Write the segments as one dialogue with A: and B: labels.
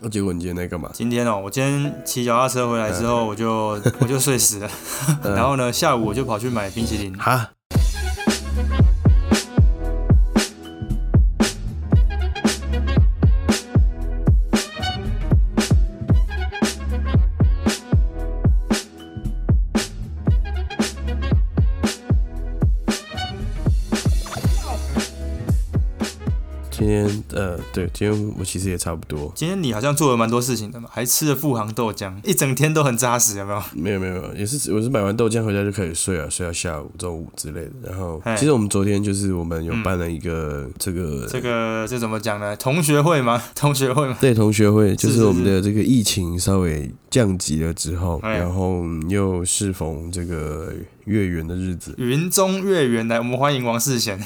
A: 那结果你今天在干嘛？
B: 今天哦，我今天骑脚踏车回来之
A: 嗯
B: 后，我就 我就睡死了。 然后呢，下午我就跑去买冰淇淋。
A: 哈？今天呃，对，今天我其实也差不多，
B: 今天你好像做了蛮多事情的嘛，还吃了富航豆
A: 嗯
B: 浆，一整天都很扎实，有没有？
A: 没有没有没有，也是我是买完豆浆回家就可以睡啊，睡到下午、中午之类的。然后
B: 嘿嗯
A: 其实我们昨天就是我们有办了一个这个
B: 这个这怎么讲呢？同学会吗？ 同学会吗？
A: 对同学会，就是是我们的这个疫情稍微降级了之后，
B: 哎
A: 然后又适逢这个月圆的日子，
B: 云中月圆来，我们欢迎王世贤。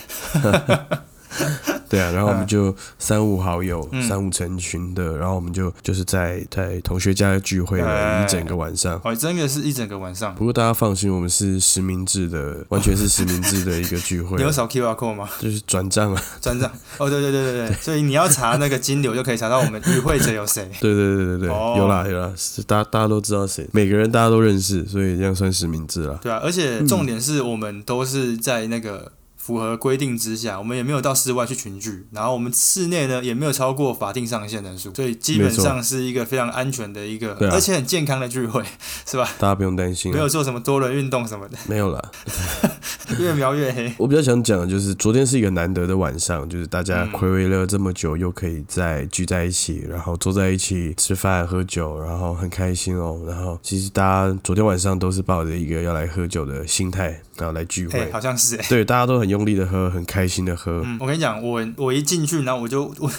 A: 对啊，然后我们就三五好友、
B: 嗯
A: 三五成群的，然后我们就就是在在同学家聚会了
B: 哎
A: 一整个晚上。
B: 哦，真的是一整个晚上。
A: 不过大家放心，我们是实名制的，完全是实名制的一个聚会啊
B: 你，有扫 QR code 吗？
A: 就是转账啊，
B: 转账。哦，对对对 对对，所以你要查那个金流，就可以查到我们与会者有谁。
A: 对对对对对，
B: 哦
A: 有啦有啦，是大大家都知道谁，每个人大家都认识，所以这样算实名制啦。
B: 对啊，而且
A: 嗯
B: 重点是我们都是在那个符合规定之下，我们也没有到室外去群聚，然后我们室内呢也没有超过法定上限人数，所以基本上是一个非常安全的一个，
A: 对啊
B: 而且很健康的聚会，是吧？
A: 大家不用担心
B: 没
A: 啊，
B: 有做什么多人运动什么的，
A: 没有啦。啊
B: 越描越黑。
A: 我比较想讲的就是，昨天是一个难得的晚上，就是大家
B: 嗯
A: 暌违了这么久，又可以再聚在一起，然后坐在一起吃饭喝酒，然后很开心哦。然后其实大家昨天晚上都是抱着一个要来喝酒的心态，然后来聚
B: 哎、
A: 会。
B: 好像是哎、
A: 对，大家都很用力的喝，很开心的喝。
B: 嗯，我跟你讲，我我一进去，然后我就 问，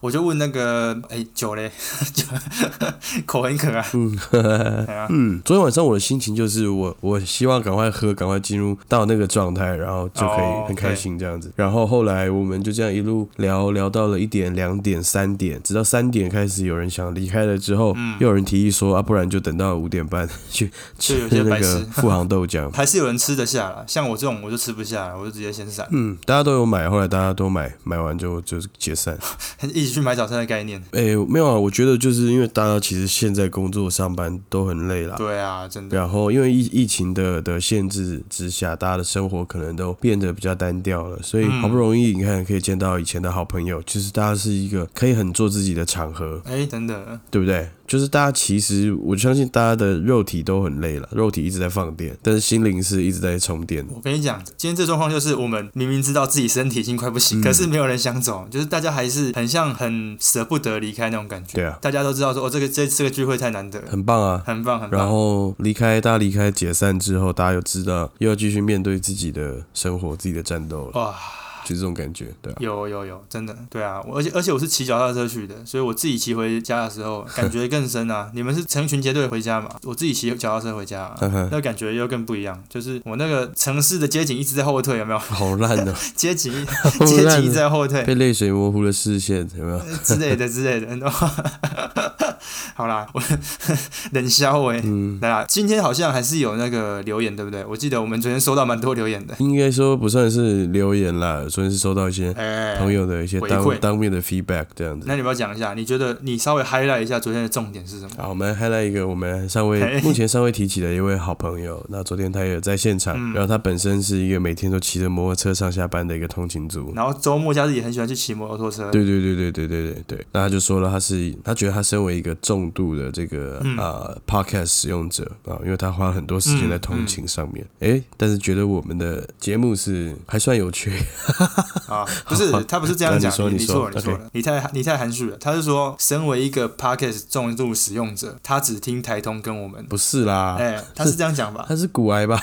B: 我就问那个，哎、酒嘞， 酒口很渴啊，
A: 嗯，
B: 哎呀、
A: 嗯，昨天晚上我的心情就是我，我希望赶快喝，赶快进入到那个状态，然后就可
B: 哦
A: 以很开心这样子。然后后来我们就这样一路聊聊到了一点、两点、三点，直到三点开始有人想离开了之后，
B: 嗯
A: 又有人提议说啊，不然就等到五点半 去
B: 就
A: 吃
B: 有些
A: 那
B: 白
A: 个
B: 痴
A: 富航豆浆。
B: 还是有人吃得下啦，像我这种我就吃不下了，我就直接先闪，
A: 嗯，大家都有买，后来大家都买，买完就就解散。
B: 一起去买早餐的概念。
A: 哎，没有啊，我觉得就是因为大家其实现在工作上班都很累啦，
B: 对啊，真的。
A: 然后因为疫疫情的的限制之下，大家的生活可能都变得比较单调了，所以
B: 嗯
A: 好不容易你看可以见到以前的好朋友，其实大家是一个可以很做自己的场合，
B: 哎，真的，
A: 对不对？就是大家其实我相信大家的肉体都很累了，肉体一直在放电，但是心灵是一直在充电的。
B: 我跟你讲，今天这状况就是我们明明知道自己身体已经快不
A: 嗯
B: 行，可是没有人想走，就是大家还是很像很舍不得离开那种感觉。
A: 对啊
B: 大家都知道说，哦，这个这这个聚会太难得了，
A: 很棒啊！
B: 很棒，很
A: 然
B: 棒。
A: 后离开，大家离开解散之后，大家又知道又要继续面对自己的生活、自己的战斗了，
B: 哇，
A: 就这种感觉，对啊。
B: 有有有，真的，对啊，我而且而且我是骑脚踏车去的，所以我自己骑回家的时 候感觉更深啊。你们是成群结队回家嘛？我自己骑脚踏车回家、啊，
A: 呵呵
B: 那感觉又更不一样。就是我那个城市的街景一直在后退，有没有？
A: 好烂哦，
B: 街 景一
A: 好
B: 街景
A: 烂
B: 一直
A: 哦，
B: 在后退，
A: 被泪水模糊了视线，有没有？
B: 之类的之类的。 然后好啦，我冷笑哎、
A: 嗯，
B: 来啦，今天好像还是有那个留言，对不对？我记得我们昨天收到蛮多留 言的。
A: 应该说不算是留言啦，昨天是收到一些
B: 哎、
A: 朋友的一些
B: 回
A: 当、
B: 馈
A: 当面的 feedback 这样子。
B: 那你要不要讲一下？你觉得你稍微 highlight 一下昨天的重点是什么？
A: 好，我们 highlight 一个我们尚
B: 嘿
A: 未目前尚未提起的一位好朋友。那昨天他也有在现场，
B: 嗯
A: 然后他本身是一个每天都骑着摩托车上下班的一个通勤族。
B: 然后周末假日也很喜欢去骑摩托车。
A: 嗯
B: 啊
A: 对对对对对对对对，那他就说了，他是他觉得他身为一个重度的这个、
B: 嗯
A: 呃 podcast 使用者啊，因为他花了很多时间在通勤上面，
B: 嗯
A: 诶，但是觉得我们的节目是还算有趣，
B: 啊，不 是
A: 好，
B: 他不是这样讲，
A: 那你说
B: 你
A: 你说
B: 错了，你
A: OK
B: 错了，你太你太含蓄了。他是说，身为一个 podcast 重度使用者，他只听台通跟我们。
A: 不是啦？
B: 哎，他是这样讲吧？
A: 他是骨癌吧？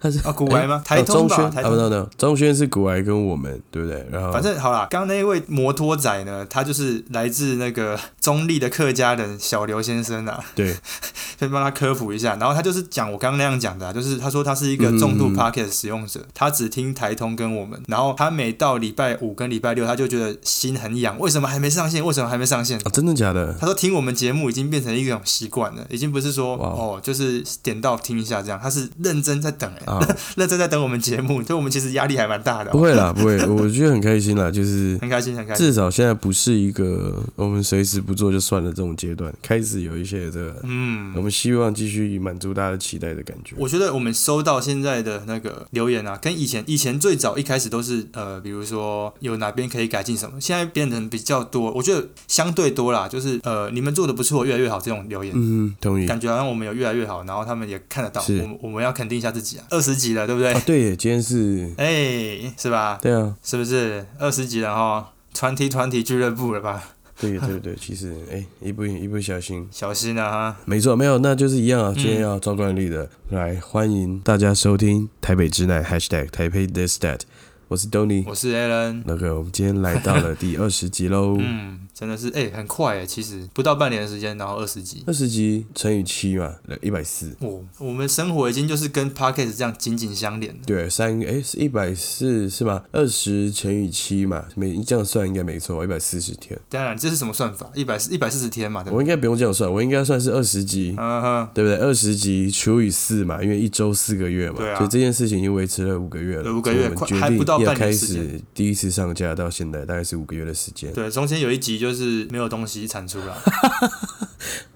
A: 他是
B: 啊，古 玩吗？台
A: 哦
B: 通
A: 中
B: 吧，
A: 轩
B: 台
A: 啊，不 no
B: 通。
A: no，中轩是古癌跟我们，对不对？然后
B: 反正好啦，刚刚那一位摩托仔呢，他就是来自那个 中立的客家人小刘先生啊，
A: 对，
B: 先帮他科普一下。然后他就是讲我刚刚那样讲的、啊，就是他说他是一个重度
A: 嗯嗯嗯
B: Pocket 使用者，他只听台通跟我们，然后他每到礼拜五跟礼拜六，他就觉得心很痒，为什么还没上线？为什么还没上线？
A: 啊，真的假的？
B: 他说听我们节目已经变成一种习惯了，已经不是说
A: 哇
B: 哦，就是点到听一下这样，他是认真在等享哎、
A: 啊
B: 那正在等我们节目，所以我们其实压力还蛮大的、哦
A: 不会 啦，不会，我觉得很开心啦，就是
B: 很开心，很开心。
A: 至少现在不是一个我们随时不做就算了这种阶段，开始有一些这个，
B: 嗯，
A: 我们希望继续满足大家的期待的感觉。
B: 我觉得我们收到现在的那个留言啊，跟以前以前最早一开始都是呃，比如说有哪边可以改进什么，现在变成比较多，我觉得相对多啦，就是呃，你们做的不错，越来越好这种留言。
A: 嗯，同意。
B: 感觉好像我们有越来越好，然后他们也看得到，我
A: 是
B: 们我们要肯定一下自己啊，二十集了，对不对？
A: 啊，对耶，今天是，
B: 哎、是吧？
A: 对啊，
B: 是不是二十集了哈？团体团体俱乐部了吧？
A: 对耶对对，其实哎，一不一不小心，
B: 小心啊哈！
A: 没错，没有，那就是一
B: 嗯
A: 样啊。今天要照惯例的、来欢迎大家收听台北之奈 #hashtag 台北 this that，我是 Tony。
B: 我是 Alan。
A: 那个，我们今天来到了第二十集喽。
B: 嗯，真的是哎、很快哎，其实不到半年的时间，然后二十集。
A: 二十集乘以七嘛，一百四。
B: 我哦我们生活已经就是跟 podcast 这样紧紧相连了。
A: 对，三哎是一百四是吗？二十乘以七嘛，每这样算应该没错，一百四十天。
B: 当然，这是什么算法？一百一百四十天嘛，对不
A: 我
B: 对？
A: 应该不用这样算，我应该算是二十集，
B: 嗯哼，
A: 对不对？二十集除以四嘛，因为一周四个月嘛，
B: 对啊
A: 所以这件事情已经维持了五个月了。
B: 对五个月
A: 所以我们
B: 快
A: 决
B: 还不到
A: 定要
B: 半年
A: 开
B: 时间
A: 始第一次上架到现在，大概是五个月的时间。
B: 对，中间有一集就是没有东西产出 啦，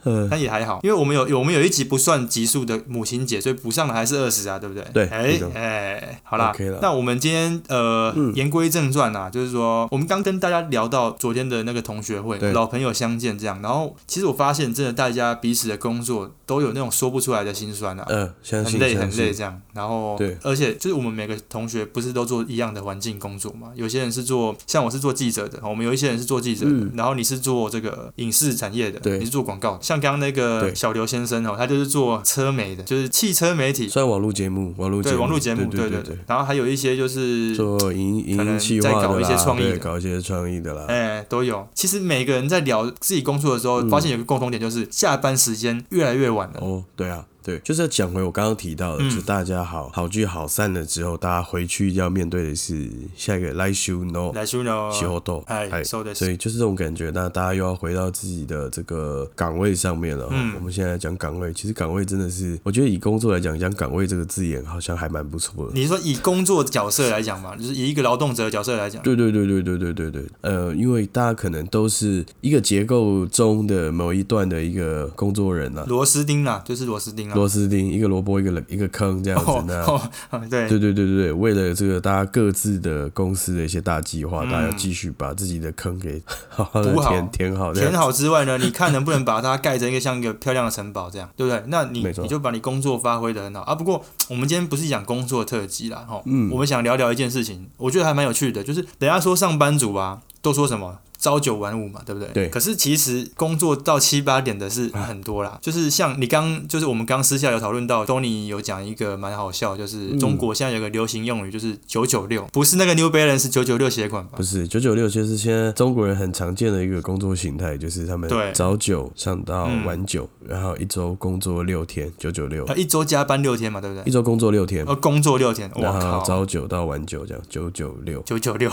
A: 嗯
B: 但也还好，因为我们有有我们有一集不算集数的母亲节，所以补上的还是二十啊，对不对？
A: 对
B: 哎
A: 没错
B: 哎，好啦
A: OK 啦嗯
B: 那我们今天呃，言归正传啊，就是说我们刚跟大家聊到昨天的那个同学会，
A: 对
B: 老朋友相见这样，然后其实我发现真的大家彼此的工作都有那种说不出来的心酸啊。
A: 嗯、相
B: 很
A: 信
B: 累
A: 相
B: 很
A: 信
B: 累这样，然后
A: 对
B: 而且就是我们每个同学不是都做一样的环境工作嘛？有些人是做，像我是做记者的，我们有一些人是做记者的，然后你是做这个影视产业的，
A: 嗯对
B: 你是做广告的，像刚刚那个
A: 对
B: 小刘先生哦，他就是做车媒的，就是汽车媒体，
A: 算网络节目，网络
B: 对网络节目，
A: 对
B: 对
A: 对，
B: 然后还有一些就是
A: 做影影
B: 可能
A: 音企
B: 再
A: 划的
B: 搞一
A: 啦，
B: 些创意
A: 对
B: 的
A: 搞一些创意的啦。
B: 哎、都有。其实每个人在聊自己工作的时
A: 嗯
B: 候，发现有个共同点，就是下班时间越来越晚了。
A: 哦，对啊，对，就是要讲回我刚刚提到的，
B: 嗯
A: 就大家好好聚好散了之后，大家回去要面对的是下一个来修 no
B: 来，修呢？
A: 喜后豆，
B: 哎，收的
A: 所以就是这种感觉，那大家又要回到自己的这个岗位上面了哦。
B: 嗯
A: 我们现在讲岗位，其实岗位真的是，我觉得以工作来讲，讲岗位这个字眼好像还蛮不错的。
B: 你是说以工作角色来讲嘛，就是以一个劳动者的角色来讲，
A: 对对对对对对对对，呃，因为大家可能都是一个结构中的某一段的一个工作人啊，
B: 螺丝钉啦，就是螺丝钉啦。
A: 螺丝钉，一个萝卜一个一个坑这样子
B: 啊哦
A: 那。
B: 哦，对，
A: 对对对对对，为了这个大家各自的公司的一些大计划，
B: 嗯
A: 大家要继续把自己的坑给好好的
B: 补好
A: 填填好，这
B: 填
A: 样
B: 好之外呢，你看能不能把它盖成一个像一个漂亮的城堡这样，对不对？那你
A: 没错
B: 你就把你工作发挥的很好啊。不过我们今天不是讲工作特辑啦，哈，
A: 嗯
B: 我们想聊聊一件事情，我觉得还蛮有趣的，就是等一下说上班族啊，都说什么？朝九晚五嘛，对不对？
A: 对
B: 可是其实工作到七八点的是很多啦， 就是像你刚，就是我们刚私下有讨论到，Tony 有讲一个蛮好笑，就是中国现在有个流行用语，就是九九六，不是那个 New Balance 九九六鞋款吧
A: 不？是九九六，就是现在中国人很常见的一个工作形态，就是他们
B: 对
A: 早九上到
B: 嗯
A: 晚九，然后一周工作六天，九九六
B: 呃，，一周加班六天嘛，对不对
A: 一？周工作六天，
B: 呃，工作六天，我
A: 然后
B: 靠，
A: 啊早九到晚九这样，九九六。
B: 九九六，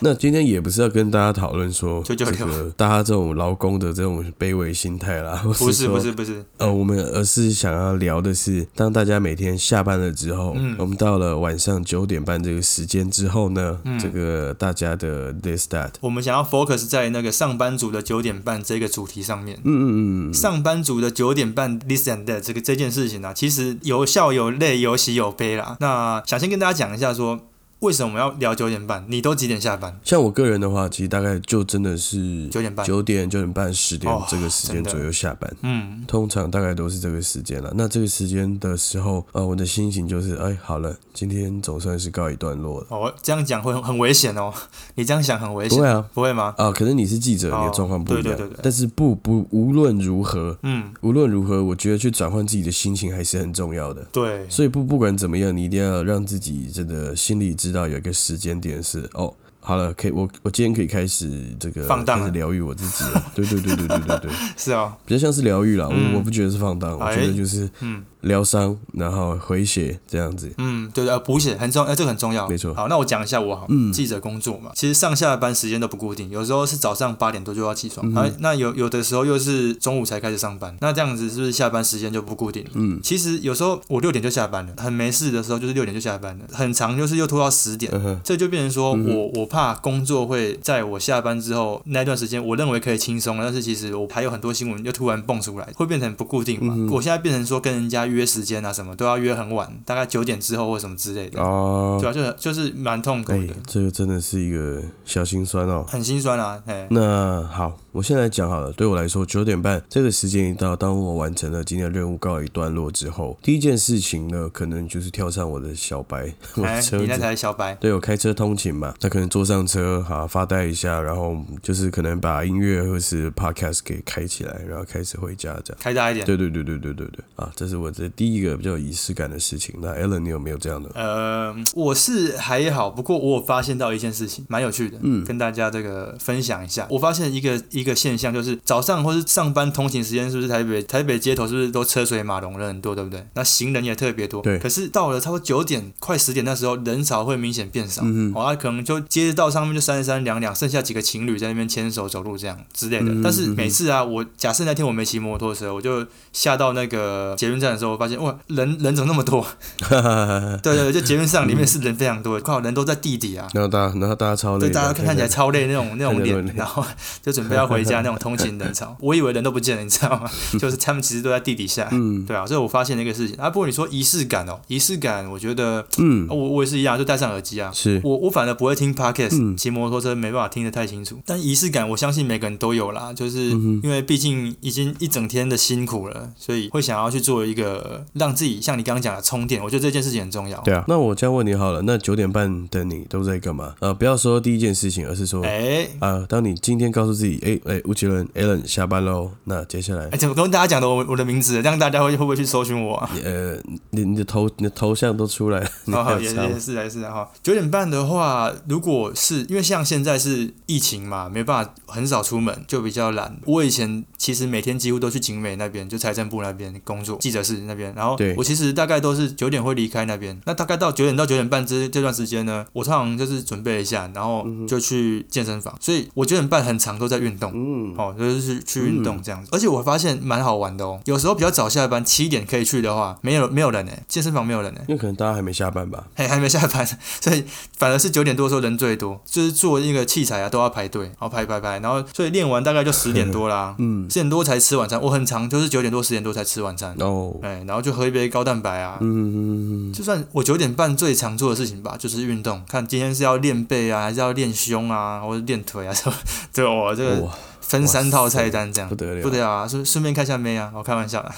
A: 那今天也不是要跟大家讨论说这
B: 996
A: 个大家这种劳工的这种卑微心态啦，或
B: 不是
A: 说
B: 不是不是，
A: 呃，我们而是想要聊的是，当大家每天下班了之后，
B: 嗯
A: 我们到了晚上九点半这个时间之后呢，
B: 嗯
A: 这个大家的 this that，
B: 我们想要 focus 在那个上班族的九点半这个主题上面。
A: 嗯嗯嗯，
B: 上班族的九点半 this and that 这个这件事情啊，其实有笑有泪有喜有悲啦。那想先跟大家讲一下说，为什么我们要聊九点半？你都几点下班？
A: 像我个人的话，其实大概就真的是
B: 九点半。
A: 九点、九点半、十点
B: 哦
A: 这个时间
B: 真的
A: 左右下班。
B: 嗯，
A: 通常大概都是这个时间了。那这个时间的时候，呃，我的心情就是，哎，好了，今天总算是告一段落了。
B: 哦，这样讲会很很危险哦。你这样想很危
A: 不
B: 险，
A: 会啊，
B: 不会吗？
A: 啊，可能你是记者，
B: 哦
A: 你的状况不一样。
B: 对对对对
A: 但是不不，无论如何，
B: 嗯，
A: 无论如何，我觉得去转换自己的心情还是很重要的。
B: 对，
A: 所以不不管怎么样，你一定要让自己真的心里知道有一个时间点是哦，好了，可以，我我今天可以开始这个
B: 放荡
A: 开
B: 了
A: 始疗愈我自 己了。对对对对对对对，
B: 是哦，
A: 比较像是疗愈啦，
B: 嗯
A: 我我不觉得是放荡，我觉
B: 哎
A: 得就是
B: 嗯
A: 疗伤，然后回血这样子。
B: 嗯，对对，呃补血很重要，哎、这个很重要，
A: 没错嗯
B: 好，那我讲一下我好，记者工作嘛，其实上下班时间都不固定，有时候是早上八点多就要起
A: 嗯
B: 床，然后那有有的时候又是中午才开始上班，那这样子是不是下班时间就不固定？嗯，其实有时候我六点就下班了，很没事的时候就是六点就下班了，很长就是又拖到十点，
A: 嗯哼，
B: 这就变成说我我怕工作会在我下班之后那段时间，我认为可以轻松了，但是其实我还有很多新闻又突然蹦出来，会变成不固定嘛。
A: 嗯
B: 我现在变成说跟人家约时间啊什么都要约很晚，大概九点之后或什么之类的，
A: 哦
B: 对，啊，就是就是蛮痛苦
A: 哎
B: 的，，
A: 这个真的是一个小心酸哦。
B: 很心酸啊，哎，
A: 那好，我现在讲好了。对我来说，九点半这个时间一到，当我完成了今天的任务告一段落之后，第一件事情呢，可能就是跳上我的小白，我的
B: 哎，
A: 车
B: 你那
A: 子。
B: 台小白，
A: 对我开车通勤嘛，那可能坐上车哈、发呆一下，然后就是可能把音乐或是 podcast 给开起来，然后开始回家这样。
B: 开大一点。
A: 对对对对对对对啊，这是我这第一个比较有仪式感的事情。那 Alan，你有没有这样的？
B: 呃，我是还好，不过我有发现到一件事情，蛮有趣的，嗯，跟大家这个分享一下。我发现一个一个现象，就是早上或是上班通勤时间，是不是台北台北街头是不是都车水马龙，人很多，对不对？那行人也特别多，
A: 对
B: 可是到了差不多九点快十点那时候，人潮会明显变少，嗯哦，那可能就街道上面就三三两两，剩下几个情侣在那边牵手走路这样之类的。但是每次啊，我假设那天我没骑摩托车，我就下到那个捷运站的时候，我发现哇，人人怎么那么 多？对对，对就捷运上里面是人非常多，刚好人都在地底啊，
A: 然后大家，然后大家超累
B: 嗯对，
A: 的，
B: 大家看看起来超累那 种那种
A: 看起来都很
B: 脸，
A: 累
B: 然后就准备要回家那种通勤人 潮，我以为人都不见了，你知道 吗？就是他们其实都在地底下，对啊，所以我发现了一个事情啊。不过你说仪式感哦，仪式感，我觉得，嗯，我我也是一样，就戴上耳机啊，
A: 是嗯
B: 我我反而不会听 podcast，骑摩托车没办法听得太清楚，但仪式感我相信每个人都有啦，就是
A: 嗯
B: 因为毕竟已经一整天的辛苦了，所以会想要去做一个让自己像你刚刚讲的充电，我觉得这件事情很重要。
A: 对啊，那我这样问你好了，那九点半的你都在干嘛？呃，不要说第一件事情，而是说，啊、
B: 哎，
A: 当你今天告诉自己，哎、哎，吴奇伦 Alan 下班喽，那接下来
B: 哎，，怎么跟大家讲的我我的名字，这样大家会会不会去搜寻我啊？
A: 呃，你你的头你的头像都出来了， 你
B: 然
A: 还
B: 后
A: 有
B: 哦也
A: 差
B: 也
A: 吗？
B: 是也是哈，九点半的话，如果是因为像现在是疫情嘛，没办法很少出门，就比较懒。我以前其实每天几乎都去景美那边，就财政部那边工作，记者室那边。然后
A: 对
B: 我其实大概都是九点会离开那边，那大概到九点到九点半这这段时间呢，我通常就是准备一下，然后
A: 嗯
B: 就去健身房。所以我九点半很长都在运动。
A: 嗯，
B: 哦，就是去去运动这样子。而且我发现蛮好玩的哦，有时候比较早下班，七点可以去的话，没有没有人呢、健身房没有人呢、欸
A: 因为可能大家还没下班吧。
B: 还还没下班， 所以反而是九点多的时候人最多，就是做那个器材啊都要排队，然后排排排，然后所以练完大概就十点 多啦，嗯，十点多才吃晚餐，我很长就是九点多十点多才吃晚餐，
A: 哦，
B: 哎，然后就喝一杯高蛋白啊，
A: 嗯，
B: 就算我九点半最常做的事情吧，就是运动，看今天是要练背啊，还是要练胸啊，或者练腿啊什么，对我、这个
A: 哇，
B: 分三套菜单这样
A: 不。得了，
B: 不得了啊！顺顺便看一下妹啊，我开玩 笑的。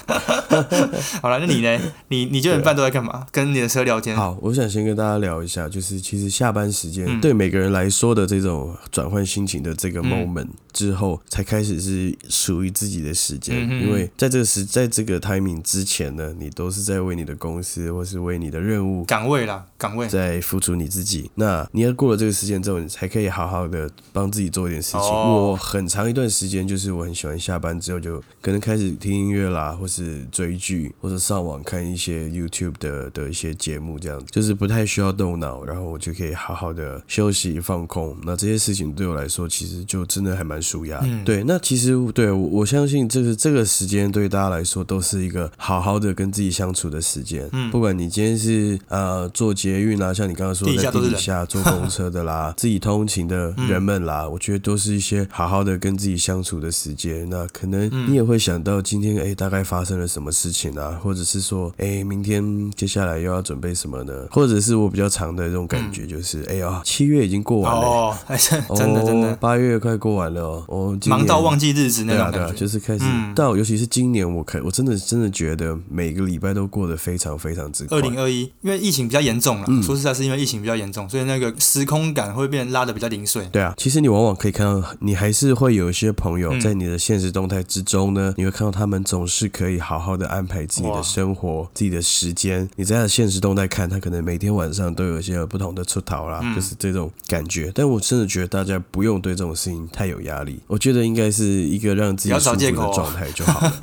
B: 好了，那你呢？你你九点半都在干嘛？跟你的车聊天。
A: 好，我想先跟大家聊一下，就是其实下班时间、
B: 嗯
A: 对每个人来说的这种转换心情的这个 moment、之后，才开始是属于自己的时间、
B: 嗯哼
A: 因为在这个时，在这个 timing 之前呢，你都是在为你的公司或是为你的任务。
B: 岗位啦，岗位。
A: 在付出你自己，那你要过了这个时间之后，你才可以好好的帮自己做一点事情。
B: 哦
A: 我很长一段时间就是我很喜欢下班之后就可能开始听音乐啦，或是追剧，或者上网看一些 YouTube 的的一些节目，这样子就是不太需要动脑，然后我就可以好好的休息放空。那这些事情对我来说，其实就真的还蛮舒压的。
B: 嗯
A: 对，那其实对我我相信这个这个时间对大家来说都是一个好好的跟自己相处的时间。嗯，不管你今天是呃坐捷运啊，像你刚刚说
B: 地下
A: 在
B: 都
A: 地
B: 是
A: 底
B: 人
A: 下坐公车的 啦，自己通勤的人们啦，
B: 嗯
A: 我觉得都是一些好好的跟自己相处的时间。那可能
B: 嗯
A: 你也会想到今天哎大概发生了什么事情啊，或者是说哎明天接下来又要准备什么呢？或者是我比较长的这种感觉就是哎呀七月已经过完了。
B: 嗯哦，哎，真真的真
A: 欸哦
B: 的，
A: 八月快过完了哦，哦，今
B: 忙
A: 年
B: 到忘记日子那
A: 对啊，
B: 种
A: 对啊
B: 感，觉。
A: 就是开始
B: 嗯
A: 到，尤其是今年，我可我真的真的觉得每个礼拜都过得非常非常之快。
B: 二零二一，因为疫情比较严重了，
A: 嗯
B: 说实在是因为疫情比较严重，所以那个时空感会变拉的比较零碎。
A: 对啊，其实你往往可以看到，你还是会有些朋
B: 嗯
A: 友在你的现实动态之中呢，你会看到他们总是可以好好的安排自己的生
B: 嗯
A: 活、自己的时间。你在他的现实动态看，他可能每天晚上都有一些不同的出逃啦，
B: 嗯
A: 就是这种感觉。但我真的觉得大家不用对这种事情太有压力，我觉得应该是一个让自己
B: 不要
A: 舒
B: 找
A: 服
B: 借口
A: 的
B: 哦
A: 状态就好了。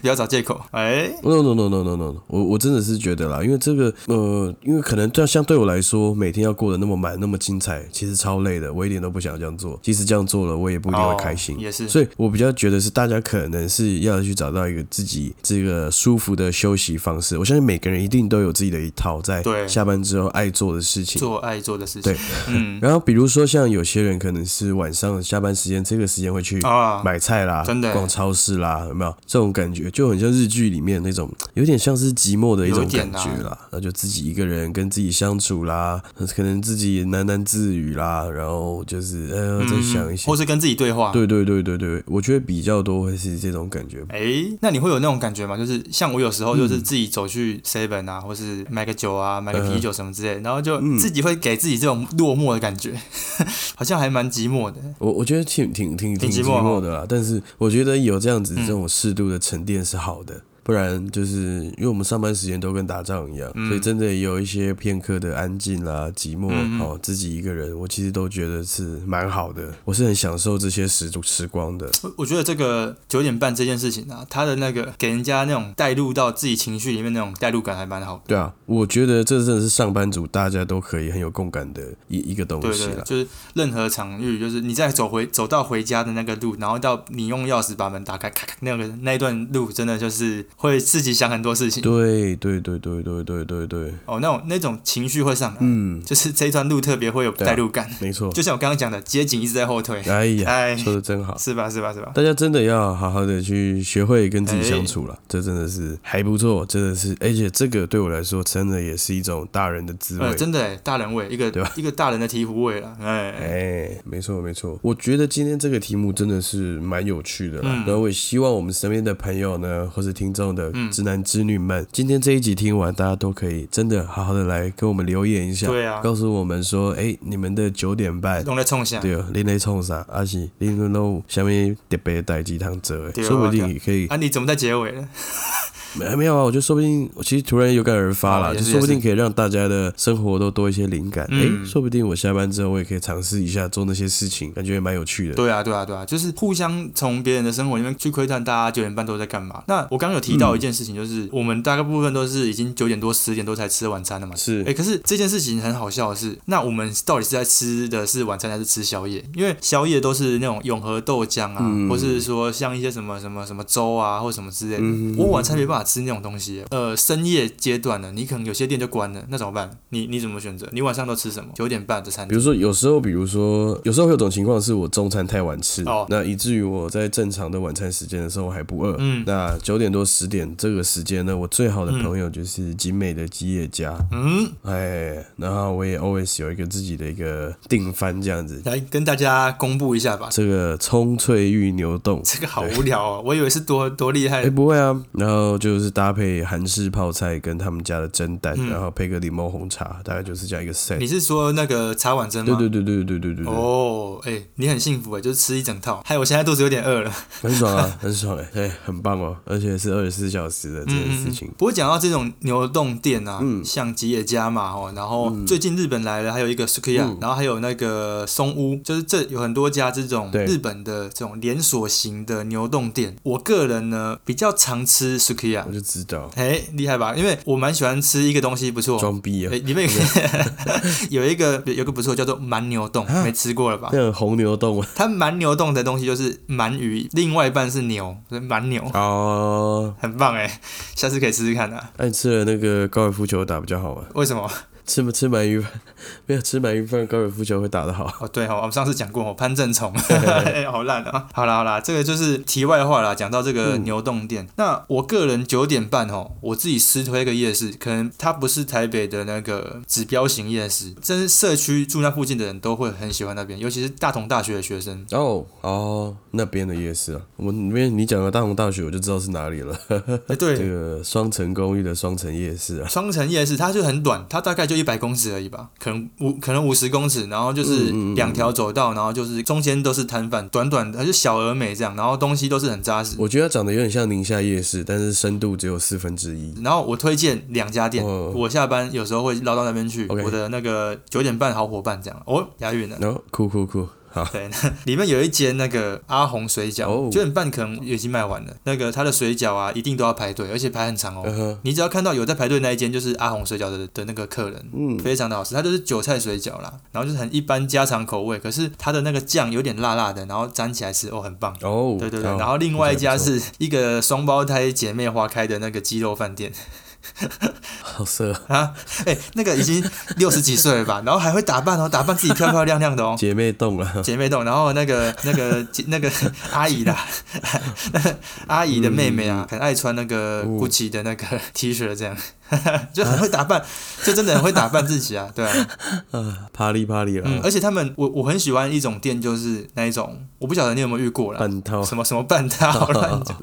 B: 不要找借口。哎，
A: No no no no no no no，我我真的是觉得啦，因为这个呃，因为可能对相对我来说，每天要过得那么满那么精彩，其实超累的，我一点都不想这样做。即使这样做了，我也不一定会开心。
B: 哦也是
A: 所以我比较觉得是大家可能是要去找到一个自己这个舒服的休息方式。我相信每个人一定都有自己的一套在
B: 对
A: 下班之后爱做的事情。
B: 做爱做的事情。
A: 对，
B: 嗯
A: 然后比如说像有些人可能是晚上下班时间这个时间会去
B: 啊，
A: 买菜啦，
B: 真的
A: 逛超市啦，有没有这种感觉？就很像日剧里面那种，有点像是寂寞的一
B: 有
A: 种
B: 一
A: 感
B: 点啊
A: 觉啦。那就自己一个人跟自己相处啦，可能自己喃喃自语啦，然后就是呃，在想一些。
B: 嗯或是跟自己对话。
A: 对对对对对，我觉得比较多会是这种感觉。
B: 哎，那你会有那种感觉吗？就是像我有时
A: 嗯
B: 候就是自己走去 Seven 啊，或是买个酒啊，买个啤
A: 嗯
B: 酒什么之类，然后就自己会给自己这种落寞的感觉， 好像还蛮寂寞的。
A: 我我觉得挺挺挺
B: 挺
A: 寂
B: 寂寞
A: 寞嗯的啦，但是我觉得有这样子这种适度的沉淀是好的。不然就是因为我们上班时间都跟打仗一样，所以真的有一些片刻的安静啦、寂寞、哦，自己一个人，我其实都觉得是蛮好的。我是很享受这些时时光的。
B: 我我觉得这个九点半这件事情啊，它的那个给人家那种带入到自己情绪里面那种带入感还蛮好的。
A: 对啊，我觉得这真的是上班族大家都可以很有共感的一一个东
B: 对
A: 西
B: 对，
A: 啦。
B: 就是任何场域，就是你在走回走到回家的那个路，然后到你用钥匙把门打开，咔咔，那个那一段路真的就是会自己想很多事情。
A: 对对对对对对对对，
B: 哦，那种那种情绪会上来，啊
A: 嗯，
B: 就是这一段路特别会有
A: 对啊
B: 代入感。
A: 没错。
B: 就像我刚刚讲的，街景一直在后退，
A: 哎呀，
B: 哎，
A: 说的真好。
B: 是吧？是吧？是吧？
A: 大家真的要好好的去学会跟自己相处了，
B: 哎
A: 这真的是还不错，真的是，而且这个对我来说，真的也是一种大人的滋味。
B: 呃，真的耶，大人味，一个
A: 对吧
B: 一个大人的醍醐味了，哎，哎
A: 哎，没错没错，我觉得今天这个题目真的是蛮有趣的啦。
B: 嗯
A: 然后我也希望我们身边的朋友呢，或是听众的
B: 嗯
A: 直男直女们，今天这一集听完，大家都可以真的好好的来跟我们留言一下，
B: 对啊
A: 告诉我们说，哎，你们的九点半
B: 用来冲下，
A: 对哦，恁在创啥？还是恁拢有啥物特别的代志通做的？
B: 对啊
A: 说不定也可以
B: 啊，你怎么在结尾了？
A: 没没有啊，我觉得说不定，我其实突然有感而发啦，
B: 哦也
A: 就是说不定可以让大家的生活都多一些灵感。诶，
B: 嗯
A: 说不定我下班之后，我也可以尝试一下做那些事情，感觉也蛮有趣的。
B: 对啊，对啊，对啊，就是互相从别人的生活里面去窥探大家九点半都在干嘛。那我刚刚有提到一件事情，就是、
A: 嗯
B: 我们大概部分都是已经九点多、十点多才吃晚餐了嘛。
A: 是
B: 哎、可是这件事情很好笑的是，那我们到底是在吃的是晚餐还是吃宵夜？因为宵夜都是那种永和豆浆啊，
A: 嗯
B: 或是说像一些什么什么什么粥啊，或什么之类的。
A: 嗯
B: 我晚餐没办法吃那种东西耶。呃，深夜阶段呢，你可能有些店就关了，那怎么办？你你怎么选择？你晚上都吃什么？九点半的餐
A: 比
B: 厅
A: 如说，有时候，比如说，有时候会有种情况是我中餐太晚吃，
B: 哦
A: 那以至于我在正常的晚餐时间的时候我还不饿。
B: 嗯
A: 那九点多十点这个时间呢，我最好的朋友就是景美的基业家，
B: 嗯，
A: 哎，然后我也 always 有一个自己的一个定番这样子，
B: 来跟大家公布一下吧。
A: 这个葱翠玉牛冻，
B: 这个好无聊哦，我以为是多多厉害
A: 哎、。不会啊，然后就是搭配韩式泡菜跟他们家的蒸蛋，然后配个柠檬红茶，大概就是这样一个 set
B: 你。是说那个茶碗蒸
A: 对
B: 吗？
A: 对对对对对对对，
B: 哦，哎、你很幸福哎，就是吃一整套。害我现在肚子有点饿了。
A: 很爽啊，很爽哎、欸， 哎、很棒哦，而且是二十四小时的这件事情。嗯
B: 不过讲到这种牛洞店啊，像吉野家嘛，哦，然后最近日本来了，还有一个 Sukiya，、然
A: 嗯
B: 后还有那个松屋，就是这有很多家这种
A: 对
B: 日本的这种连锁型的牛洞店。我个人呢比较常吃 Sukiya，
A: 我就知道，
B: 哎，厉害吧？因为我蛮喜欢吃一个东西，不错。
A: 装逼啊
B: 哎，！里面有个 有一个有个不错叫做蛮牛洞，没吃过了吧？
A: 那种红牛冻啊
B: 它蛮牛冻的东西就是鳗鱼，另外一半是牛，所以蛮牛，
A: 哦，
B: 很棒哎，下次可以试试看啊。
A: 哎那、你吃了那个高尔夫球打比较好玩，
B: 为什么？
A: 吃不吃鳗鱼饭？没有吃鳗鱼饭，高尔夫球会打得好。
B: 哦，对哦，我们上次讲过哦，潘正 崇，哎好烂啊！好啦好啦，这个就是题外话啦。讲到这个牛洞店，那我个人九点半哦，我自己私推一个夜市，可能它不是台北的那个指标型夜市，真是社区住那附近的人都会很喜欢那边，尤其是大同大学的学 生。
A: 哦哦，那边的夜市啊，我那边你讲的大同大学，我就知道是哪里了。
B: 哎，对
A: 这，个双层公寓的双层夜市啊，
B: 双城夜市，它就很短，它大概就一百公尺而已吧，可能五可能五十公尺，然后就是
A: 嗯
B: 两条走道，然后就是中间都是摊贩，短短的就小而美这样，然后东西都是很扎实。
A: 我觉得它长得有点像宁夏夜市，但是深度只有四分之一。
B: 然后我推荐两家店，
A: 哦
B: 我下班有时候会捞到那边去
A: OK
B: 我的那个九点半好伙伴这样。哦，押韵了。
A: 然后酷酷酷，好，
B: 对， 那里面有一间那个阿红水饺，
A: 啊哦
B: 九点半可能已经卖完了。那个他的水饺啊，一定都要排队，而且排很长哦。
A: 嗯哼，
B: 你只要看到有在排队那一间，就是阿红水饺的的那个客人，
A: 嗯
B: 非常的好吃。它就是韭菜水饺啦，然后就是很一般家常口味，可是它的那个酱有点辣辣的，然后沾起来吃哦，很棒。
A: 哦，
B: 对对对，
A: 好
B: 然后另外一家
A: 不错
B: 是一个双胞胎姐妹花开的那个鸡肉 饭店，
A: 好色啊
B: 哎、那个已经六十几岁了吧，然后还会打扮哦，打扮自己漂漂亮亮的哦，
A: 姐妹洞啊，
B: 姐妹洞，然后那个 那个姐那个阿姨啦，那个 阿姨的妹妹啊，很爱穿那个 GUCCI 的那个 T 恤，这样就很会打扮，就真的很会打扮自己啊，对啊，
A: 啪哩啪啊哩
B: 嗯，
A: 啦，
B: 而且他们我我很喜欢一种店，就是那一种，我不晓得你有没有遇过啦，
A: 半套，
B: 什么什么半套乱讲，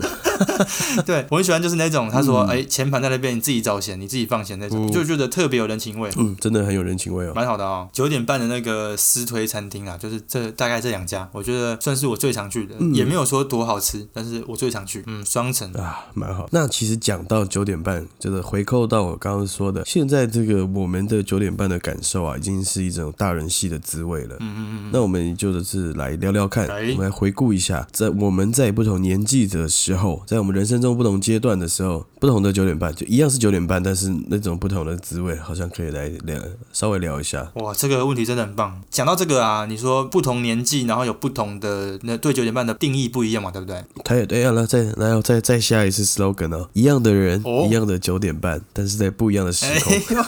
B: 对我很喜欢就是那种他说哎、前盘在那边你自己找钱，你自己放钱那种，
A: 嗯
B: 就觉得特别有人情味。
A: 嗯，真的很有人情味哦。
B: 蛮好的哦，九点半的那个私推餐厅啊，就是这大概这两家，我觉得算是我最常去的，
A: 嗯
B: 也没有说多好吃，但是我最常去，嗯，双层
A: 啊，蛮好。那其实讲到九点半，就是回扣到我刚刚说的，现在这个我们的九点半的感受啊，已经是一种大人系的滋味了。嗯嗯嗯。那我们就是来聊聊看，
B: 哎
A: 我们来回顾一下，在我们在不同年纪的时候，在我们人生中不同阶段的时候，不同的九点半就一样是九点半，但是那种不同的滋味，好像可以来聊稍微聊一下。
B: 哇，这个问题真的很棒。讲到这个啊，你说不同年纪，然后有不同的那对九点半的定义不一样嘛，对不对？
A: 他也对啊，那再然后再再下一次 slogan 哦，一样的人，
B: 哦
A: 一样的九点半，但是在不一样的时
B: 哎
A: 空，
B: 呦，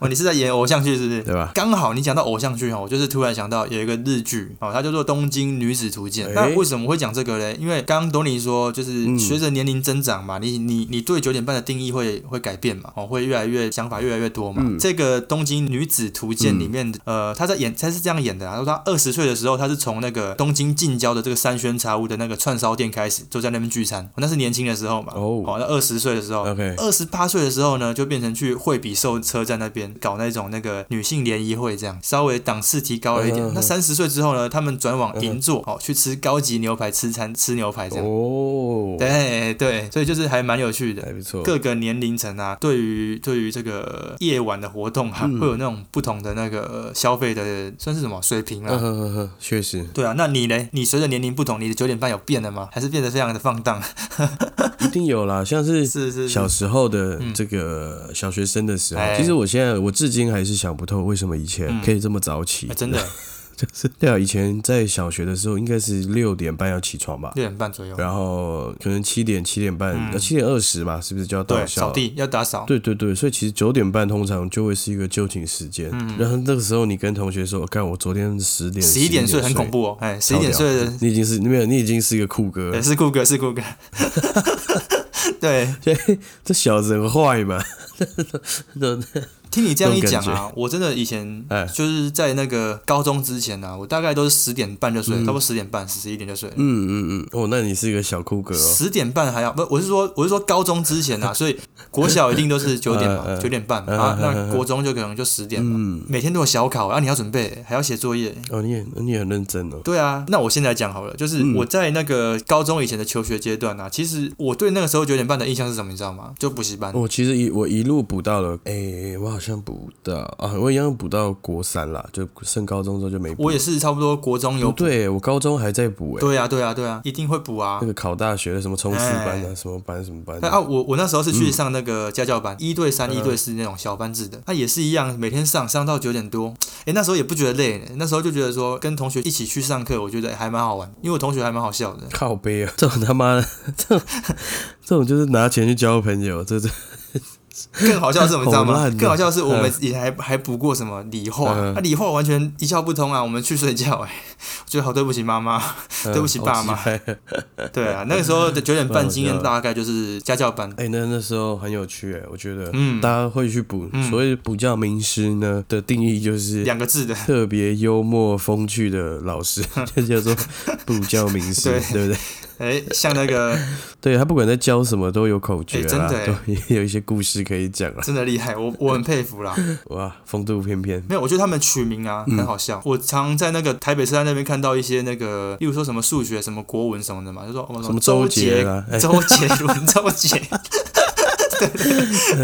B: 哇，你是在演偶像剧是不是？
A: 对吧？
B: 刚好你讲到偶像剧哦哈，我就是突然想到有一个日剧哦，它叫做《东京女子图鉴》
A: 哎。
B: 那为什么会讲这个嘞？因为刚刚董你说，就是随着年龄增长嘛，你你你对九点半的定义会会改变嘛，哦，会越来越想法越来越多嘛。这个《东京女子图鉴》里面，呃，他在演他是这样演的、啊，他说他二十岁的时候，他是从那个东京近郊的这个三轩茶屋的那个串烧店开始，就在那边聚餐，哦那是年轻的时候嘛。
A: 哦
B: 哦，那二十岁的时候
A: OK
B: 二十八岁的时候呢，就变成去惠比寿车站那边搞那种那个女性联谊会，这样稍微档次提高了一点。
A: 嗯嗯嗯
B: 那三十岁之后呢，他们转往银座，哦，去吃高级牛排，吃餐吃牛排这样。
A: 哦，哎
B: 对对，所以就是还蛮有趣的。
A: 还不错。
B: 各个年龄层啊，对于对于这个夜晚的活动啊，
A: 嗯
B: 会有那种不同的那个消费的，算是什么水平啊？
A: 嗯哼哼哼，确实
B: 对啊，那你嘞？你随着年龄不同，你的九点半有变了吗？还是变得非常的放荡？
A: 一定有啦。像是
B: 是是是
A: 小时候的这个小学生的时候，
B: 哎嗯
A: 其实我现在我至今还是想不透，为什么以前可以这么早起
B: 哎，？真的
A: 就是对啊，以前在小学的时候应该是六点半要起床吧，
B: 六点半左右。
A: 然后可能七点七点半
B: 嗯
A: 呃七点二十吧，是不是就要到
B: 对，
A: 校
B: 扫
A: 了？
B: 地要打扫。
A: 对对对，所以其实九点半通常就会是一个就寝时间，
B: 嗯
A: 然后那个时候你跟同学说，看我昨天十点
B: 十一点睡
A: 睡
B: 很恐，怖哦，哎，十一
A: 超
B: 点
A: 屌
B: 睡的
A: 你已经是没有，你已经是一个酷哥了
B: 也，是酷哥，是酷哥， 对，
A: 这小子很坏 嘛，
B: 听你这样一
A: 那种
B: 讲
A: 感
B: 啊，我真的以前
A: 哎
B: 就是在那个高中之前啊，我大概都是十点半就睡，差不多十点半、十一点就睡了。
A: 嗯嗯嗯，哦，那你是一个小酷哥哦。
B: 十点半还要不？我是说，我是说高中之前啊，所以国小一定都是九点嘛，
A: 嗯嗯
B: 九点半
A: 嗯
B: 啊。
A: 嗯
B: 那国中就可能就十点嘛。每天都有小考，啊然后你要准备，还要写作业。
A: 哦，你也你也很认真哦。
B: 对啊，那我现在讲好了，就是我在那个高中以前的求学阶段啊，其实我对那个时候九点半的印象是什么，你知道吗？就补习班。
A: 我哦其实一我一路补到了，哎、我好像补到啊，我一样补到国三啦，就升高中之后就没补。
B: 我也是差不多国中有
A: 不
B: 补，
A: 对，我高中还在补哎、
B: 对啊，对啊，对啊，一定会补啊
A: 那。个考大学的什么冲刺班啊，
B: 哎
A: 什么班什么班
B: 那啊，我我那时候是去上那个家教班，一对三、一对四那种小班制的，那、啊也是一样，每天上上到九点多。诶，那时候也不觉得累呢，那时候就觉得说跟同学一起去上课，我觉得、诶还蛮好玩，因为我同学还蛮好笑的。
A: 靠背啊， 这种他妈的，这种这种就是拿钱去交朋友，这这
B: 更好笑的是什么，你知道
A: 好
B: 吗
A: 烂？哦
B: 更好笑的是我们也还、还补过什么理化，那、
A: 嗯
B: 理化完全一窍不通啊，我们去睡觉、诶， 我觉得好对不起妈妈。对不起爸妈
A: 哎、好鸡掰
B: 对啊，那个时候的九点半
A: 嗯
B: 经验
A: 对啊
B: 大概就是家教班，
A: 哎那那时候很有趣哎、我觉得，
B: 嗯
A: 大家会去补。所谓补教名师呢的定义就是
B: 两个字的。
A: 特别幽默风趣的老师，就叫做补教名师，对不对？
B: 哎，像那个
A: 对他不管在教什么都有口诀
B: 哎真
A: 啦，
B: 的哎
A: 都也有一些故事可以讲啦。
B: 真的厉害，我我很佩服啦。
A: 哇，风度翩翩，
B: 没有，我觉得他们取名啊
A: 嗯
B: 很好笑。我常在那个台北车站那边看到一些那个，例如说什么数学、什么国文什么的嘛，就说哦
A: 什么
B: 周
A: 周
B: 杰
A: 杰啦、哎
B: 周杰伦、周杰，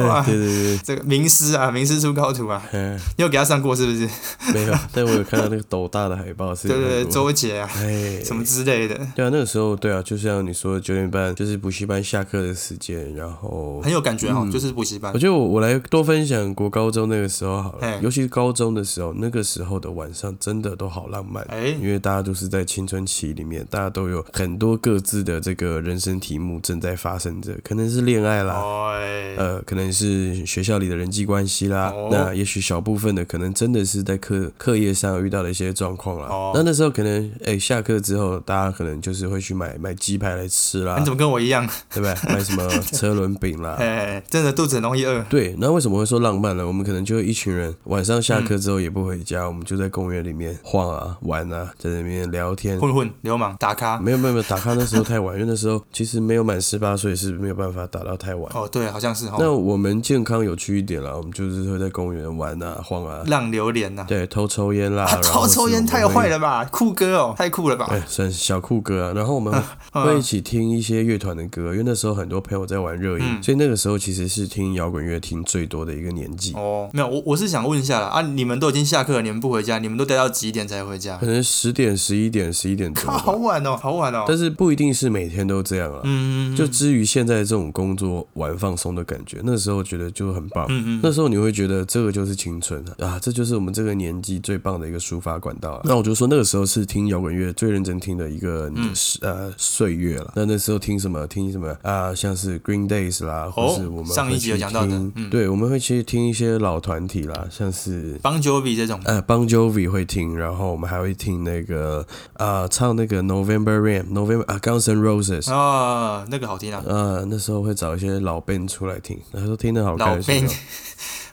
B: 哇
A: 对对对对，
B: 这个名师啊，名师出高徒啊。
A: 嗯，
B: 你有给他上过是不是？
A: 没有，但我有看到那个斗大的海报是，
B: 对对对，，周杰啊，
A: 哎，
B: 什么之类的，
A: 对啊，那个时候对啊，就像你说的九点半就是补习班下课的时间，然后
B: 很有感觉哦，就是补习班
A: 嗯我。觉得我我来多分享国高中那个时候好
B: 哎
A: 了，尤其是高中的时候，那个时候的晚上真的都好浪漫，
B: 哎
A: 因为大家都是在青春期里面，大家都有很多各自的这个人生题目正在发生着，可能是恋爱啦。
B: 哎，
A: 呃，可能是学校里的人际关系啦，
B: 哦
A: 那也许小部分的可能真的是在课课业上遇到的一些状况啦。
B: 哦
A: 那那时候可能，哎、下课之后大家可能就是会去买买鸡排来吃啦
B: 哎你，怎么跟我一样？
A: 对不对？买什么车轮饼 啦，
B: 哎，真的肚子很容易饿。
A: 对，那为什么会说浪漫呢？我们可能就一群人晚上下
B: 嗯
A: 课之后也不回家，我们就在公园里面晃啊、玩啊，在那边聊天。
B: 混混、流氓、打咖。
A: 没有没有没有，打卡那时候太晚，因为那时候其实没有满十八岁是没有办法打到太晚。
B: 哦，对，好像是
A: 那
B: 哦，
A: 我们健康有趣一点啦，我们就是会在公园玩啊、晃啊，
B: 浪榴莲呐。
A: 对，偷抽烟啦，
B: 嗯啊，
A: 然后
B: 偷抽烟
A: 是我
B: 太
A: 们会
B: 坏。了吧，酷哥哦，太酷了吧。
A: 哎，算是小酷哥啊，然后我们
B: 嗯
A: 会一起听一些乐团的歌，因为那时候很多朋友在玩热音，
B: 嗯
A: 所以那个时候其实是听摇滚乐听最多的一个年纪。
B: 哦，没有，我我是想问一下啦，啊，你们都已经下课了，你们不回家，你们都待到几点才回家
A: 可？能十点、十一点、十一点多
B: 靠，好
A: 吧，
B: 晚哦，好晚哦。
A: 但是不一定是每天都这样啊。
B: 嗯，
A: 就至于现在这种工作晚放松的感觉，那时候觉得就很棒。
B: 嗯嗯
A: 那时候你会觉得这个就是青春啊，啊，这就是我们这个年纪最棒的一个抒发管道、啊。那我就说那个时候是听摇滚乐最认真听的一个、
B: 嗯
A: 时呃岁月了。那那时候听什么？听什么啊、像是 Green Days 啦，或是我们
B: 哦上一集有讲到的嗯
A: 会去听对，我们会去听一些老团体啦，像是
B: 邦九比这种，
A: 呃，Bon Jovi 会听，然后我们还会听那个呃，唱那个 November Rain November 啊，Guns N' Roses。
B: 啊，那个好听啊。
A: 呃，那时候会找一些老 band 出来听，那时候听的好
B: 老
A: 开心、
B: 兵
A: 哦。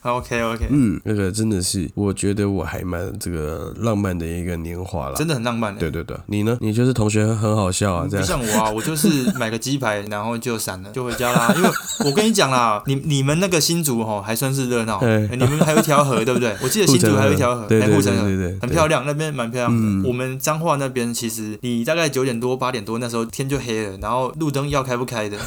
B: OK OK，
A: 嗯，那个真的是，我觉得我还蛮这个浪漫的一个年华啦。
B: 真的很浪漫欸的。
A: 对对对，你呢？你就是同学很好笑啊，这
B: 不
A: 样。
B: 像我啊，我就是买个鸡排，然后就散了，就回家啦。因为我跟你讲啦，你你们那个新竹吼还算是热闹，
A: 哎
B: 哎你们还有一条河对不对？我记得
A: 护
B: 新竹
A: 城
B: 还有一
A: 河
B: 条河，
A: 对
B: 哎
A: 对
B: 护城
A: 对
B: 河
A: 对对嗯
B: 很
A: 对
B: 漂亮，那边蛮漂亮的。我们彰化那边其实你大概九点多八点多那时候天就黑了，然后路灯要开不 开的，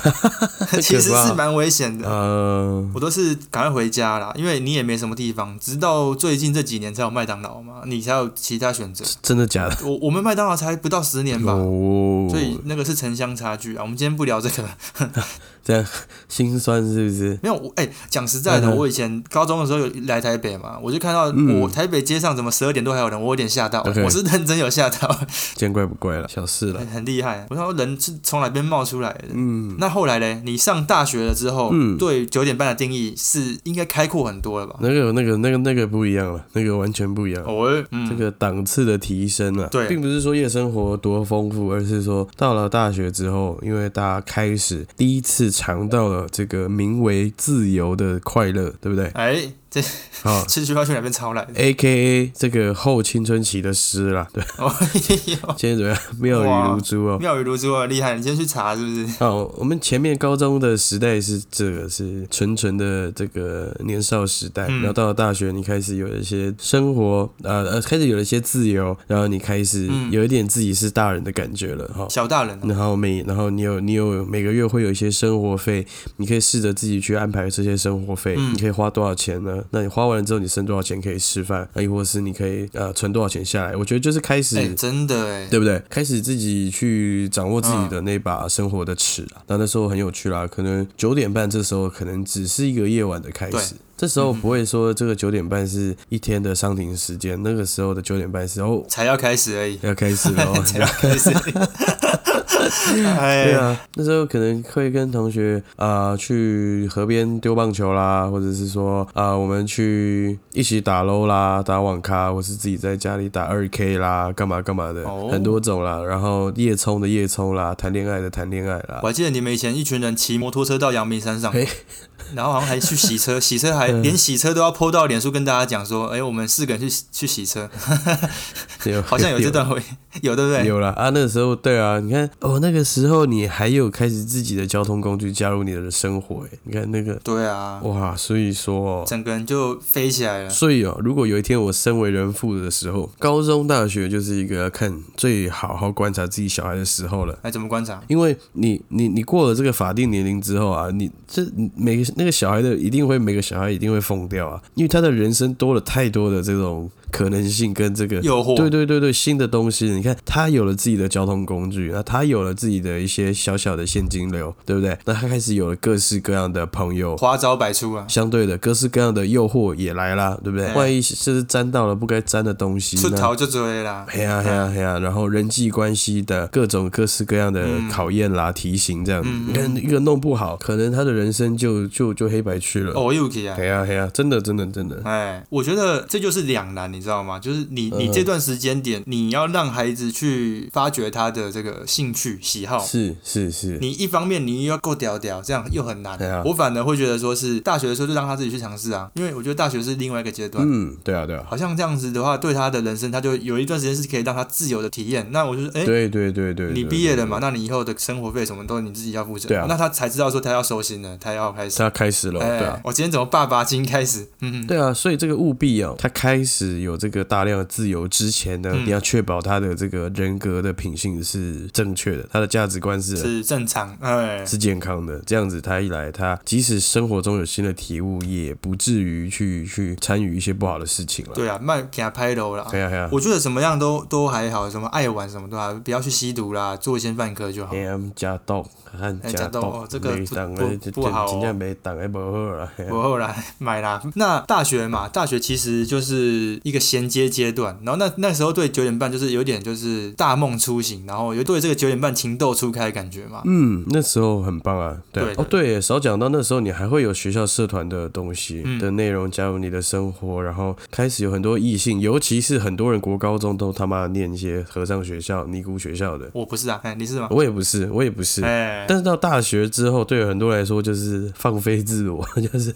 B: 其实是蛮危险的。
A: 呃，
B: 我都是赶快回家啦，因为你也没什么地方，直到最近这几年才有麦当劳嘛，你才有其他选择。
A: 真的假的？
B: 我我们麦当劳才不到十嗯年吧，
A: 哦，
B: 所以那个是城乡差距啊。我们今天不聊这个，
A: 这样心酸是不是？
B: 没有我哎，讲、实在的，
A: 嗯哼嗯
B: 我以前高中的时候有来台北嘛，我就看到我台北街上怎么十二点多还有人，我有点吓到
A: OK
B: 我是认真有吓 到，
A: 见怪不怪了，小事了
B: 很。很厉害。我想说人是从哪边冒出来的？嗯，那后来嘞，你上大学了之后，
A: 嗯
B: 对九点半的定义是应该开阔很多了吧？
A: 那个那个那个那个不一样了，那个完全不一样。
B: 哦，嗯，
A: 这个档次的提升啊，
B: 对
A: 并不是说夜生活多丰富，而是说到了大学之后，因为大家开始第一次尝到了这个名为自由的快乐，对不 对？
B: 哎，这
A: 好
B: 是需要去哪边抄来的？
A: ，A K A 这个后青春期的诗啦， 对，
B: 哦，嘿呦
A: 现在怎么样？妙语如珠哦。
B: 妙语如珠啊，厉害！你今天去查是不是？
A: 好，我们前面高中的时代是这个是纯纯的这个年少时代，
B: 嗯
A: 然后到了大学，你开始有一些生活，呃呃，开始有了一些自由，然后你开始
B: 嗯
A: 有一点自己是大人的感觉了哈。
B: 小大人啊、
A: 然后每然后你有你有每个月会有一些生活费，你可以试着自己去安排这些生活费，
B: 嗯
A: 你可以花多少钱呢？那你花完了之后，你剩多少钱可以吃饭？啊，亦或是你可以呃存多少钱下来？我觉得就是开始。
B: 哎、真的哎、
A: 对不对？开始自己去掌握自
B: 嗯
A: 己的那把生活的尺啊，那那时候很有趣啦。可能九点半这时候可能只是一个夜晚的开始
B: 对，嗯
A: 这时候不会说这个九点半是一天的上庭时间，那个时候的九点半是哦
B: 才要开始而已，
A: 要开 始了哦，
B: 才要开始而已。哎
A: 对
B: 呀，
A: 啊，那时候可能会跟同学啊、呃去河边丢棒球啦，或者是说啊、呃我们去一起打 LO 啦，打网咖，或是自己在家里打二 K 啦，干嘛干嘛的，
B: 哦
A: 很多种啦。然后夜冲的夜冲啦，谈恋爱的谈恋爱啦
B: 我。还记得你们以前一群人骑摩托车到阳明山上
A: 哎，嗯
B: 然后好像还去洗车，洗车还连洗车都要 PO 到脸书跟大家讲说，哎、我们四个人去洗去洗车，
A: 有
B: 好像有这，段回 有对不对？
A: 有 啦啊，那个时候对啊，你看哦，那个时候你还有开始自己的交通工具加入你的生活，哎，你看那个
B: 对啊，
A: 哇，所以说哦，
B: 整个人就飞起来了。
A: 所以哦，如果有一天我身为人父的时候，高中、大学就是一个要看最好好观察自己小孩的时候了。
B: 哎，怎么观察？
A: 因为你你你过了这个法定年龄之后啊，你这每个那个小孩的一定会每个小孩一定会疯掉啊，因为他的人生多了太多的这种可能性跟这个
B: 诱惑
A: 对对对对，新的东西，你看他有了自己的交通工具，那他有了自己的一些小小的现金流，对不对？那他开始有了各式各样的朋友，
B: 花招百出啊，
A: 相对的各式各样的诱惑也来啦，对不对？
B: 哎
A: 万一是沾到了不该沾的东西，
B: 出
A: 那
B: 逃就追啦。
A: 嘿呀嘿呀嘿呀，然后人际关系的各种各式各样的
B: 嗯
A: 考验啦、提醒这样，你看一个弄不好，可能他的人生就就就黑白去了。
B: 哦，Yuki 啊，
A: 嘿呀嘿呀，真的真的真的，
B: 哎，我觉得这就是两难，你知道吗？就是你
A: 嗯
B: 你这段时间点，你要让孩子去发掘他的这个兴趣喜好。
A: 是是是，
B: 哦你一方面你又要够屌屌，这样又很难。
A: 对啊
B: 我反而会觉得说是大学的时候就让他自己去尝试啊，因为我觉得大学是另外一个阶段。
A: 嗯，对啊对啊，
B: 好像这样子的话，对他的人生，他就有一段时间是可以让他自由的体验。那我就是，哎、
A: 对对对对，
B: 你
A: 对
B: 毕业了嘛？？那你以后的生活费什么都你自己要负责。
A: 对啊
B: 那他才知道说他要收心了，他要开始。
A: 他开始了，
B: 哎、
A: 对啊。
B: 我今天怎么爸爸经开始？嗯，
A: 对啊，所以这个务必
B: 哦
A: 啊，他开始有这个大量的自由之前
B: 嗯
A: 呢，你要确保他的这个人格的品性是正确的，他的价值观是
B: 是正常。哎、
A: 是健康的，这样子他一来，他即使生活中有新的体悟，也不至于去去参与一些不好的事情了。哎
B: 对啊，卖给他拍楼啦。
A: 对呀啊对呀，
B: 我觉得怎么样都都还好，什么爱玩什么的啊，不要去吸毒啦，做一些饭科就好。
A: M 哎加豆和
B: 哎
A: 加
B: 加豆
A: 豆
B: 哦，这个
A: 没
B: 不
A: 当
B: 不
A: 的就
B: 不好哦
A: 真正没当的不好了。嘿啊
B: 我后来买啦。 那大学嘛，大学其实就是一个衔接阶段。然后那那时候对九点半就是有点就是大梦初醒，然后有对这个九点半情窦初开的感觉嘛。
A: 嗯，那时候很棒啊。对啊
B: 对
A: 哦，对耶，少讲到那时候，你还会有学校社团的东西、
B: 嗯
A: 的内容加入你的生活，然后开始有很多异性，尤其是很多人国高中都他妈念一些和尚学校、尼姑学校的。
B: 我不是啊，哎，你是吗？
A: 我也不是，我也不是，
B: 哎，
A: 但是到大学之后，对很多人来说就是放飞自我， 就是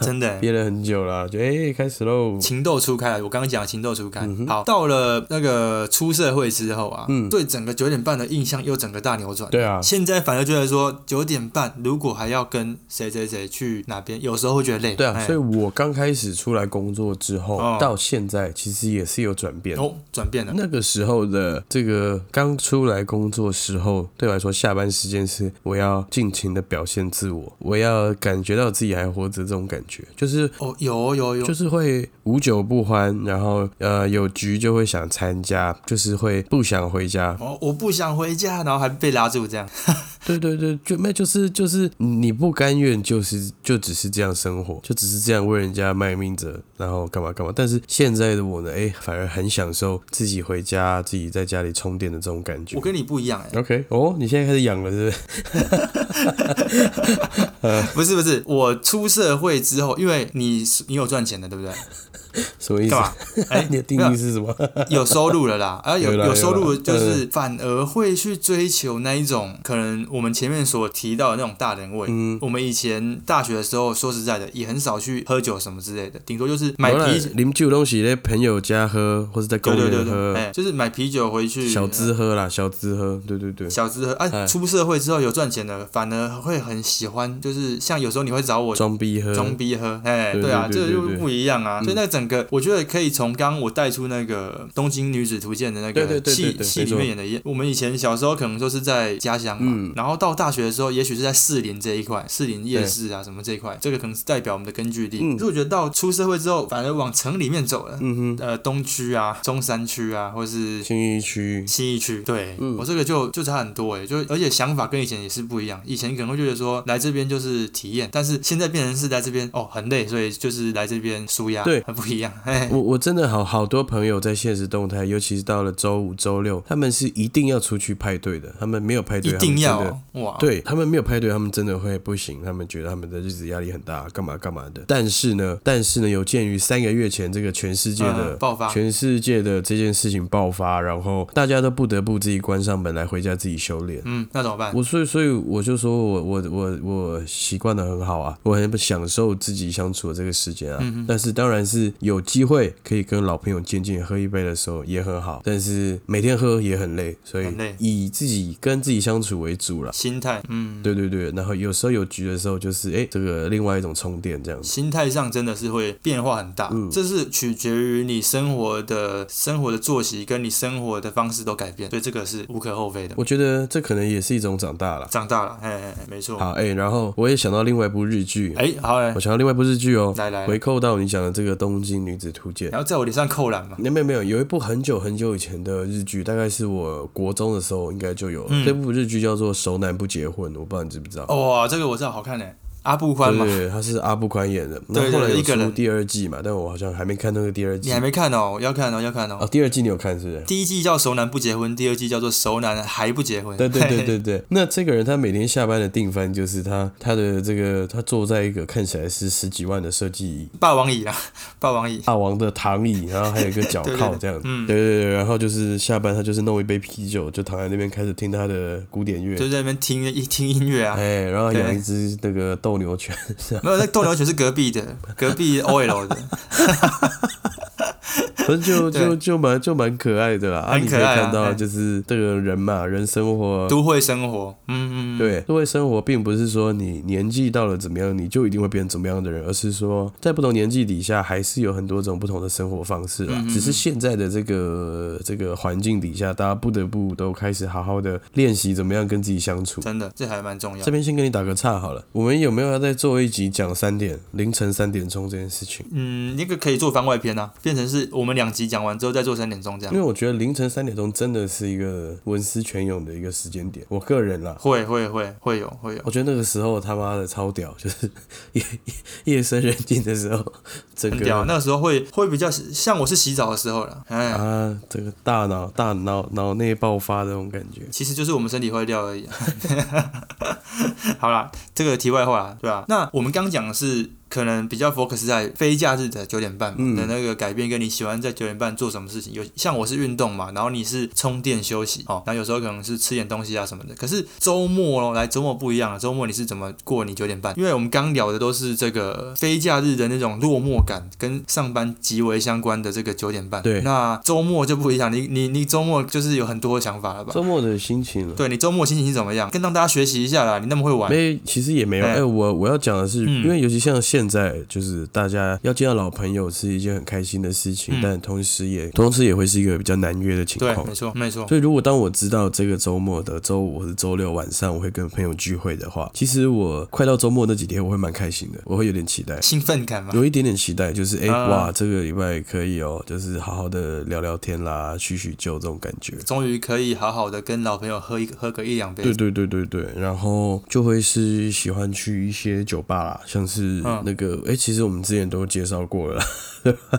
B: 真的欸。
A: 憋了很久了，就哎、开始喽。
B: 情窦初开，我刚刚讲情窦初开。
A: 嗯
B: 好，到了那个出社会之后啊，对整个九点半的印象又整个大扭转。
A: 对啊，
B: 现在反而觉得说九点半如果还要跟谁谁谁去哪边，有时候会觉得累。
A: 对啊，
B: 哎
A: 所以我刚开始出来工作之后，
B: 哦
A: 到现在其实也是有转变。
B: 哦，转变了。
A: 那个时候的这个刚出来工作时候，对我来说，下班时间是我要尽情的表现自我，我要感觉到自己还活着这种感觉，就是
B: 哦，有哦有哦有哦，
A: 就是会无酒不欢，然后呃有局就会想参加，就是会不想回家，
B: 哦，我不想回家，然后还被拉住这样。
A: 对对对，就没就是就是你不甘愿，就是就只是这样生活，就只是这样为人家卖命着，然后干嘛干嘛。但是现在的我呢，哎，反而很享受自己回家、自己在家里充电的这种感觉
B: 我。跟你不一样哎、
A: OK，哦，你现在开始养了是不 是？
B: 不是不是，我出社会之后，因为你是你有赚钱的，对不 对？
A: 什么意思
B: 干？嘛？哎、
A: 你的定义是什么？
B: 有收入了啦，啊有
A: 有啦
B: 有收入
A: 有啦
B: 就是反而会去追求那一种可能我们前面所提到的那种大人味。
A: 嗯，
B: 我们以前大学的时候，说实在的，也很少去喝酒什么之类的，顶多就是买
A: 有啦
B: 啤酒，
A: 啉酒东西在朋友家喝，或者在公
B: 对对对
A: 园
B: 对，
A: 喝，
B: 哎、就是买啤酒回去
A: 小资喝啦，小资喝，对对对。
B: 小资喝，哎、
A: 哎
B: 出社会之后有赚钱的，反而会很喜欢，就是像有时候你会找我
A: 装逼喝，
B: 装逼喝，哎，
A: 对
B: 对啊，
A: 对
B: 这
A: 对
B: 个就
A: 对对嗯
B: 不一样啊。所以那整个，我觉得可以从刚刚我带出那个《东京女子图鉴》的那
A: 对对
B: 个
A: 对对
B: 戏
A: 对
B: 戏
A: 没
B: 里
A: 错嗯
B: 面演的一，我们以前小时候可能都是在家乡嘛，然后到大学的时候，也许是在士林这一块，士林夜市啊什么这一块，这个可能是代表我们的根据地。可是我觉得到出社会之后，反而往城里面走了，
A: 嗯
B: 呃，东区啊、中山区啊，或是
A: 哼，新一区，
B: 新一区，对、
A: 嗯
B: 我这个就就差很多哎，就而且想法跟以前也是不一样。以前可能会觉得说来这边就是体验，但是现在变成是来这边哦很累，所以就是来这边舒压，
A: 对
B: 很不一样。哎，
A: 我我真的好好多朋友在现实动态，尤其是到了周五、周六，他们是一定要出去派对的，他们没有派
B: 一
A: 对，
B: 定要
A: 他们真的。
B: 哦哇，
A: 对他们没有派对，他们真的会不行，他们觉得他们的日子压力很大，干嘛干嘛的。但是呢，但是呢，有鉴于三个月前这个全世界的、
B: 嗯爆发
A: 全世界的这件事情爆发，然后大家都不得不自己关上门来回家自己修炼。
B: 嗯，那怎么办？
A: 我所以所以我就说我我我
B: 嗯
A: 我习惯的很好啊，我很享受自己相处的这个时间啊。但是当然是有机会可以跟老朋友见见，喝一杯的时候也很好，但是每天喝也很累，所以
B: 很累
A: 以自己跟自己相处为主啦。
B: 心态，嗯，
A: 对对对，然后有时候有局的时候，就是哎、诶这个另外一种充电这样子。
B: 心态上真的是会变化很大，
A: 嗯
B: 这是取决于你生活的生活的作息跟你生活的方式都改变，所以这个是无可厚非的。
A: 我觉得这可能也是一种长大了。
B: 长大了，哎哎，哎没错。
A: 好，哎、然后我也想到另外一部日剧，
B: 哎、好嘞
A: 我，想到另外一部日剧哦，
B: 来来
A: 回扣到你讲的这个《东京女子图鉴》。
B: 然后在我脸上扣篮嘛，
A: 那没有没有，有一部很久很久以前的日剧，大概是我国中的时候应该就有了。
B: 嗯
A: 这部日剧叫做《熟男不结婚》，我不知道你知不知道。
B: 哦哇、这个我知道，好看呢、阿布宽嘛
A: 对，对，他是阿布宽演的。
B: 对
A: 那后来有
B: 一个
A: 出
B: 人
A: 第二季嘛，但我好像还没看那个第二季
B: 你还。没看哦，要看哦，要看哦。
A: 哦，第二季你有看是不是？
B: 第一季叫熟男不结婚，第二季叫做熟男还不结婚。
A: 对对对对对， 那这个人他每天下班的定番就是他他的这个他坐在一个看起来是十几万的设计
B: 霸王椅啊， 霸王椅。
A: 大王的躺椅，然后还有一个脚
B: 对对嗯
A: 靠
B: 对
A: 这样子，对对对，然后就是下班他就是弄一杯啤酒，就躺在那边开始听他的古典乐，
B: 就在那边听一听音乐啊，
A: 哎，然后
B: 对
A: 养一只那个斗牛犬，
B: 没有那斗牛犬是隔壁 的，隔壁 OL 的，
A: 反正 就
B: 对
A: 就就蛮就蛮可爱的啦。啊，
B: 很
A: 你
B: 可
A: 可以
B: 爱啊
A: 看到
B: 哎
A: 就是这个人嘛，人生活。
B: 都会生活，嗯嗯，嗯，
A: 对，都会生活并不是说你年纪到了怎么样，你就一定会变成怎么样的人，而是说在不同年纪底下，还是有很多种不同的生活方式啦。只是现在的这个这个环境底下，大家不得不都开始好好的练习怎么样跟自己相处。
B: 真的这还蛮重要
A: 这。边先跟你打个岔好了，我们有没有要再做一集讲三点凌晨三点钟这件事情？
B: 嗯，那个可以做番外篇啊，变成是我们两集讲完之后再做三点钟这
A: 因为
B: 样。
A: 我觉得凌晨三点钟真的是一个文思泉涌的一个时间点，我个人啦。
B: 会会会会有会有，
A: 我觉得那个时候他妈的超屌，就是夜夜夜深人静的时候，整
B: 很
A: 个
B: 屌。啊那个时候会会比较像我是洗澡的时候了，哎，
A: 啊，这个大脑大脑脑内爆发的那种感觉。
B: 其实就是我们身体坏掉而已。啊 好啦，这个题外话啦，对吧、那我们刚讲的是可能比较 focus 在非假日的九点半嘛的那个改变，跟你喜欢在九点半做什么事情。有像我是运动嘛，然后你是充电休息哦，然后有时候可能是吃点东西啊什么的。可是周末咯，来周末不一样了，啊周末你是怎么过你九点半？因为我们刚聊的都是这个非假日的那种落寞感，跟上班极为相关的这个九点半。
A: 对
B: 那周末就不一样，你你你周末就是有很多想法了吧？
A: 周末的心情了，
B: 对你周末心情是怎么样？跟让大家学习一下啦，你那么会玩，
A: 没，其实也没有。
B: 哎
A: 哎、我我要讲的是，
B: 嗯
A: 因为尤其像现在，就是大家要见到老朋友是一件很开心的事情，
B: 嗯
A: 但同时也同时也会是一个比较难约的情
B: 对，
A: 况
B: 没。错，没错，
A: 所以，如果当我知道这个周末的周五或是周六晚上我会跟朋友聚会的话，其实我快到周末那几天我会蛮开心的，我会有点期待，
B: 兴奋感嘛，
A: 有一点点期待，就是哎、
B: 啊
A: 哇，这个礼拜可以哦，就是好好的聊聊天啦，叙叙旧这种感觉。
B: 终于可以好好的跟老朋友喝一喝个一两杯，
A: 对对对对对，然后就会是喜欢去一些酒吧啦，像是
B: 嗯
A: 那个哎、诶其实我们之前都介绍过了啦，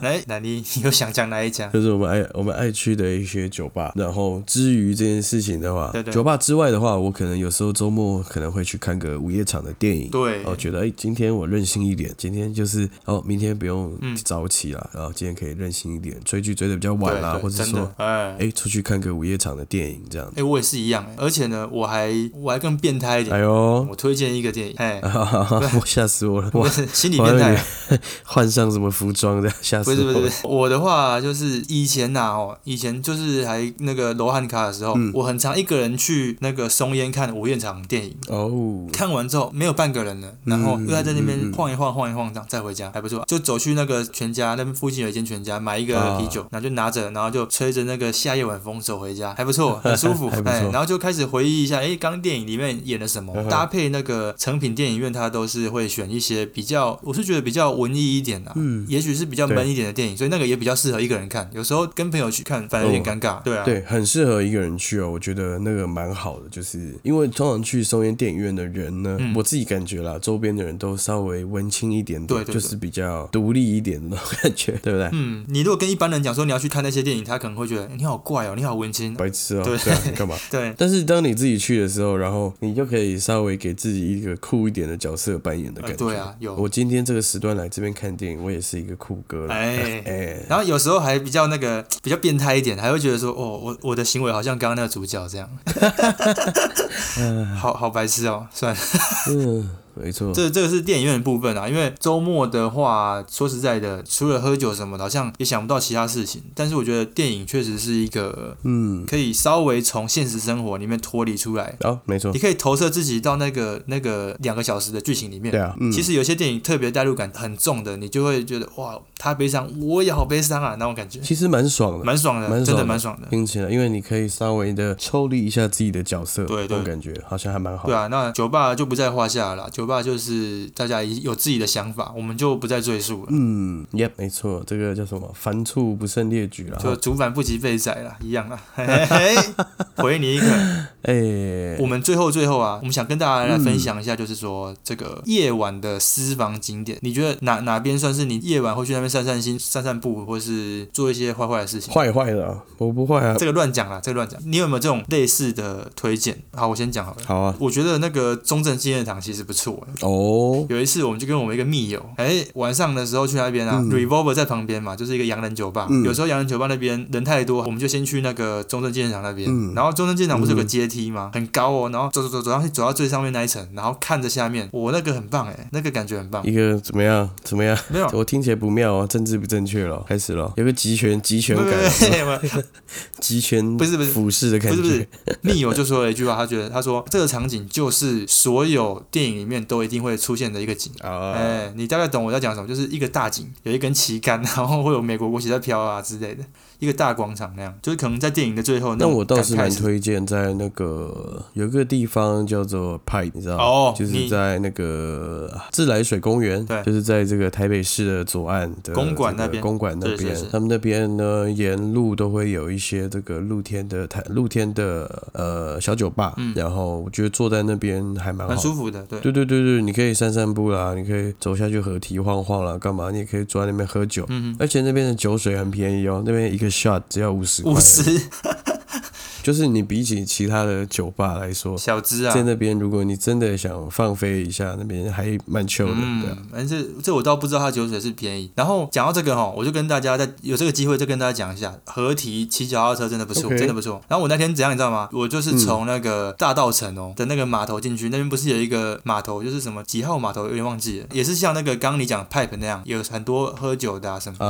B: 来，哎那你你又想讲哪一家？
A: 就是我们爱我们爱去的一些酒吧。然后至于这件事情的话，
B: 对对
A: 酒吧之外的话，我可能有时候周末可能会去看个午夜场的电影。
B: 对，
A: 哦，觉得哎、诶今天我任性一点，今天就是哦，明天不用
B: 嗯
A: 早起啦，然后今天可以任性一点，追剧追的比较晚
B: 对
A: 啦，
B: 对
A: 或者
B: 真
A: 说
B: 的，哎
A: 哎、诶出去看个午夜场的电影这样。
B: 哎，我也是一样，哎而且呢，我还我还更变态一
A: 哎
B: 点，
A: 呦，
B: 我推荐一个电影，哎，
A: 我吓死我了，哇
B: 不！是心理
A: 我
B: 变
A: 还以
B: 态
A: 为。 换上什么服装的，吓
B: 不
A: 死
B: 是不
A: 我
B: 是不
A: 了！
B: 是，我的话就是以前呐、哦，以前就是还那个罗汉卡的时候，
A: 嗯
B: 我很常一个人去那个松烟看午夜场电影，
A: 哦，
B: 看完之后没有半个人
A: 嗯
B: 了，然后又在那边晃一晃晃一晃，这样再回家还不错。就走去那个全家那边附近有一间全家，买一
A: 啊
B: 个啤酒，然后就拿着，然后就吹着那个夏夜晚风走回家，还不 错，很舒服
A: 还。不错嗯
B: 哎，然后就开始回忆一下，哎，刚电影里面演了什么，搭配那个成品电影院，它都是会选一些比较，我是觉得比较文艺一点的、嗯，也许是比较
A: 对哦
B: 闷一点的电影，所以那个也比较适合一个人看。有时候跟朋友去看，反而有点尴尬。对啊，
A: 对，很适合一个人去哦，我觉得那个蛮好的，就是因为通常去松烟电影院的人呢，
B: 嗯
A: 我自己感觉啦，周边的人都稍微文青一点点，
B: 对对对
A: 就是比较独立一点的那种感觉，对不对？
B: 嗯，你如果跟一般人讲说你要去看那些电影，他可能会觉得你好怪哦，你好文青。
A: 白痴哦，
B: 对
A: 对啊，你 干嘛？
B: 对，
A: 但是当你自己去的时候，然后你就可以稍微给自己一个酷一点的角色扮演的感觉。
B: 呃对啊有
A: 我今天这个时段来这边看电影，我也是一个酷哥了。
B: 哎
A: 哎，
B: 然后有时候还比较那个比较变态一点，还会觉得说，哦，我我的行为好像刚刚那 个主角这样，好好白痴哦，算了，
A: 嗯，没错，
B: 这这个是电影院的部分啊，因为周末的话，说实在的，除了喝酒什么的，好像也想不到其他事情。但是我觉得电影确实是一个
A: 嗯，
B: 可以稍微从现实生活里面脱离出来，
A: 哦，没错
B: 你，可以投射自己到那个那个两个小时的剧情里面
A: 对。啊，嗯，
B: 其实有些电影特别代入感很重的，你就会觉得哇，他悲伤，我也好悲伤啊，那种感觉，
A: 其实蛮爽的，
B: 蛮爽的，
A: 蛮爽的
B: 真的蛮爽的。
A: 听起来，因为你可以稍微的抽离一下自己的角色，
B: 对对
A: 这种感觉好像还蛮好。
B: 对啊，那酒吧就不在话下了啦。酒吧就是大家有自己的想法，我们就不再赘述了。
A: 嗯，Yep，没错，这个叫什么？凡处不胜列举了。
B: 就主反不及被宰啦，一 样啦。啊嘿嘿嘿，回你一个。
A: 哎，
B: 我们最后最后啊，我们想跟大家来分享一下，就是说这个夜晚的私房景点，你觉得哪哪边算是你夜晚会去那边散散心、散散步，或是做一些坏坏的事情？
A: 坏坏的啊，我不坏啊。
B: 这个乱讲啦，这个乱讲。你有没有这种类似的推荐？好，我先讲好了。
A: 好啊，
B: 我觉得那个中正纪念堂其实不错、欸，
A: 哦，
B: 有一次，我们就跟我们一个密友，哎、晚上的时候去那边啊、
A: 嗯
B: r e v o l v e r 在旁边嘛，就是一个洋人酒吧。
A: 嗯
B: 有时候洋人酒吧那边人太多，我们就先去那个中正纪念堂那边。
A: 嗯
B: 然后中正纪念堂不是有个阶梯吗？很高哦，然后走走走走上去，走到最上面那一层，然后看着下面，我那个很棒哎、那个感觉很棒。
A: 一个怎么样？怎么样？
B: 没有。
A: 我听起来不妙啊，政治不正确了，开始了，有个集权集权
B: 不
A: 感啊，
B: 不不不
A: 集权
B: 不是不是
A: 俯视的感觉，
B: 不是不是，密友就说了一句话，他觉得他说这个场景就是所有电影里面都一定会出现的一个景。
A: 啊，
B: 哎、你大概懂我在讲什么，就是一个大景，有一根旗杆，然后会有美国国旗在飘啊之类的，一个大广场那样，就是可能在电影的最后
A: 那
B: 种
A: 我倒是
B: 感
A: 蛮
B: 慨
A: 推荐在那个有个地方叫做派，你知道吗？
B: 哦
A: 就是
B: 你
A: 在那个啊自来水公园，
B: 对
A: 就是在这个台北市的左岸的
B: 公馆
A: 这个
B: 那边
A: 公馆那边
B: 是是是，
A: 他们那边呢沿路都会有一些这个露天的台露天的呃小酒吧，
B: 嗯
A: 然后我觉得坐在那边还蛮好
B: 蛮舒服的，对。
A: 对对对对，你可以散散步啦，你可以走下去河堤晃晃啦，干嘛？你也可以坐在那边喝酒，
B: 嗯
A: 而且那边的酒水很便宜哦，那边一个 shot 只要五十块，
B: 五十
A: 就是你比起其他的酒吧来说，
B: 小资啊
A: 在，那边如果你真的想放飞一下，那边还蛮 chill 的，对啊
B: 嗯，反正这这我倒不知道它酒水是便宜。然后讲到这个哈，我就跟大家在有这个机会再跟大家讲一下，合体骑脚踏车真的不错
A: OK
B: 真的不错。然后我那天怎样你知道吗？我就是从那个大道城哦的那个码头进哦去，那边不是有一个码头，就是什么几号码头有点忘记了，也是像那个刚刚你讲 pipe 那样，有很多喝酒的啊什么。
A: 啊，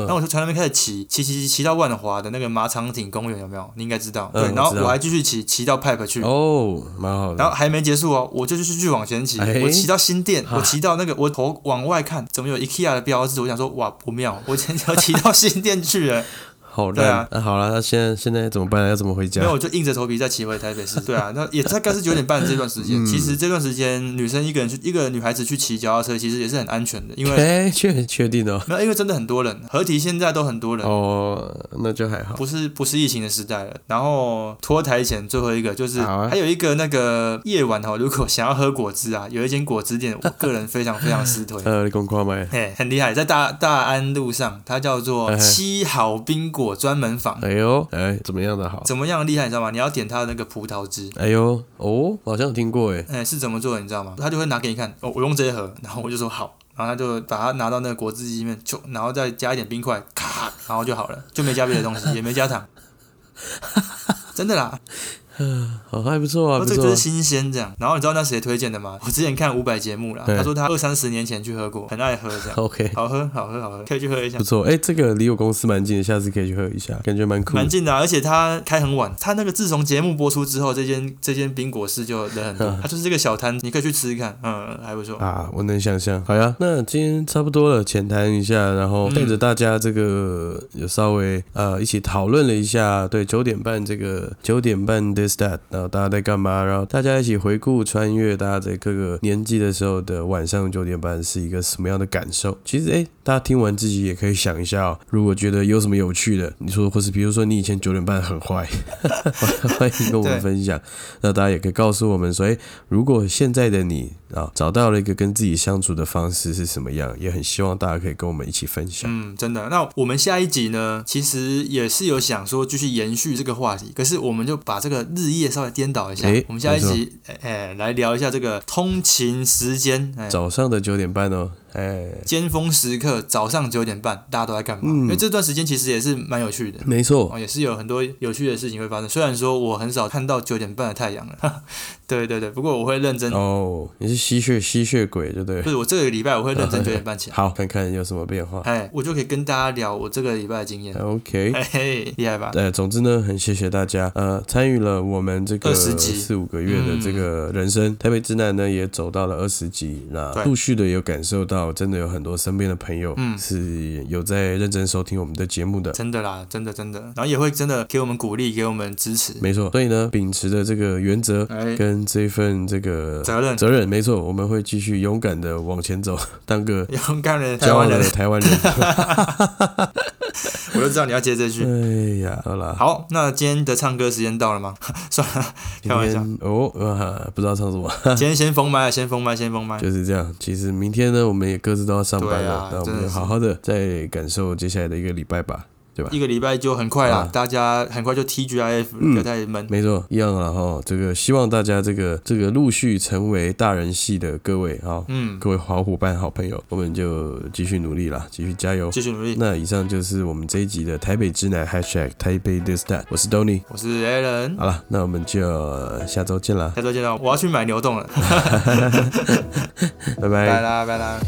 B: 然后
A: 嗯，
B: 我就从那边开始骑，骑骑骑骑到万华的那个马场町公园，有没有？你应该知道。
A: 嗯
B: 对，然后
A: 我知道
B: 我还继续骑，骑到 Pipe 去。
A: 哦，蛮好
B: 然
A: 的，
B: 后还没结束哦，我就继续往前骑，
A: 哎
B: 我骑到新店，
A: 哈
B: 我骑到那个，我头往外看，怎么有 IKEA 的标志？我想说，哇，不妙，我今天要骑到新店 去了。
A: 好
B: 对啊
A: 烂，那好了，那现在现在怎么办？要怎么回
B: 没有，
A: 家？
B: 我就硬着头皮再骑回台北市。对啊，那也大概是九点半这段时
A: 嗯
B: 间。其实这段时间，女生一个人去，一个女孩子去骑脚踏车，其实也是很安全的，因为
A: 哎，确确定哦，
B: 没有，因为真的很多人，合体现在都很多人。
A: 哦，那就还好，
B: 不是不是疫情的时代了。然后脱台前最后一个就是，
A: 好啊。
B: 还有一个那个夜晚哦，如果想要喝果汁啊，有一间果汁店，我个人非常非常私推
A: 呃，你公夸麦，
B: 嘿，很厉害，在大大安路上，它叫做
A: 哎嗨
B: 七好冰果专门坊。
A: 哎呦，哎，怎么样的好？
B: 怎么样厉害，你知道吗？你要点它的那个葡萄汁，
A: 哎呦，哦，好像有听过哎，
B: 哎，是怎么做的，你知道吗？他就会拿给你看，哦，我用这一盒，然后我就说好，然后他就把它拿到那个果汁机里面，就然后再加一点冰块，咔，然后就好了，就没加别的东 西，也没加糖，真的啦，
A: 好，还不错啊，
B: 哦
A: 不
B: 这个
A: 错
B: 就
A: 啊
B: 是，新鲜这样。然后你知道那谁推荐的吗？我之前看五百节目啦，
A: 对
B: 他说他二三十年前去喝过，很爱喝这 样，
A: OK，
B: 好喝好喝好喝，可以去喝一下
A: 不。错，哎，这个离我公司蛮近的，下次可以去喝一下，感觉蛮酷的
B: 蛮。近的啊、而且他开很晚。他那个自从节目播出之后，这间这间冰果室就人 很多。他就是这个小摊，你可以去吃吃看，嗯，还不错。
A: 啊，我能想象。好呀，那今天差不多了，浅谈一下，然后带着大家这个有稍微呃一起讨论了一下，对九点半这个九点半 this that，然后大家在干嘛，然后大家一起回顾穿越大家在各个年纪的时候的晚上九点半是一个什么样的感受。其实哎，大家听完自己也可以想一下、哦，如果觉得有什么有趣的，你说或是比如说你以前九点半很坏， 欢迎跟我们
B: 对
A: 分享。那大家也可以告诉我们说，哎，如果现在的你啊找到了一个跟自己相处的方式是什么样，也很希望大家可以跟我们一起分享。
B: 嗯，真的。那我们下一集呢，其实也是有想说继续延续这个话题，可是我们就把这个日夜稍微颠倒一下。
A: 诶
B: 我们下一集，哎、哎来聊一下这个通勤时间。哎、
A: 早上的九点半哦，哎，
B: 尖峰时刻早上九点半，大家都在干嘛？
A: 嗯
B: 因为这段时间其实也是蛮有趣的。
A: 没错，
B: 哦，也是有很多有趣的事情会发生。虽然说我很少看到九点半的太阳了， 哈哈对对对，不过我会认真，
A: 哦，你是吸血吸血鬼，对不对
B: 不？是我这个礼拜我会认真九点半起来，
A: 好，看看有什么变化。
B: 哎，我就可以跟大家聊我这个礼拜的经验，
A: 哦 OK，
B: 哎嘿，厉害吧？
A: 呃，总之呢，很谢谢大家，呃，参与了我们这个
B: 20集嗯
A: 四五个月的这个人生，台北之南呢也走到了二十集，那
B: 对
A: 陆续的有感受到，真的有很多身边的朋友
B: 嗯
A: 是有在认真收听我们的节目的。
B: 真的啦，真的真的，然后也会真的给我们鼓励，给我们支持，
A: 没错，所以呢，秉持着这个原则
B: 哎，
A: 跟这份这个
B: 责任，
A: 责任，没错，我们会继续勇敢的往前走， 当个
B: 勇敢的台
A: 骄傲
B: 湾人
A: 的，台 湾人。
B: 我就知道你要接这句。
A: 哎呀，好啦，
B: 好，那今天的唱歌时间 到了吗？算了，
A: 今
B: 开玩笑，
A: 天哦、啊，不知道唱什么，
B: 今天先封麦了，先封麦，先封麦。
A: 就是这样。其实明天呢，我们也各自都要上班
B: 哎对
A: 了，
B: 啊
A: 那我
B: 真
A: 们
B: 的
A: 就是好好的再感受接下来的一个礼拜吧，对吧？
B: 一个礼拜就很快啦，
A: 啊
B: 大家很快就 TGIF 了，
A: 嗯
B: 不要太闷。
A: 没错，一样了哈。这个希望大家这个这个陆续成为大人系的各位啊，
B: 嗯，
A: 各位好伙伴、好朋友，我们就继续努力啦，继续加油。
B: 继续努力。
A: 那以上就是我们这一集的台北之南 #hashtag 台北 this that，我是 Tony。
B: 我是 Alan，
A: 好了，那我们就呃下周见啦，
B: 下周见到，我要去买牛洞了，
A: 拜拜
B: 拜啦拜啦。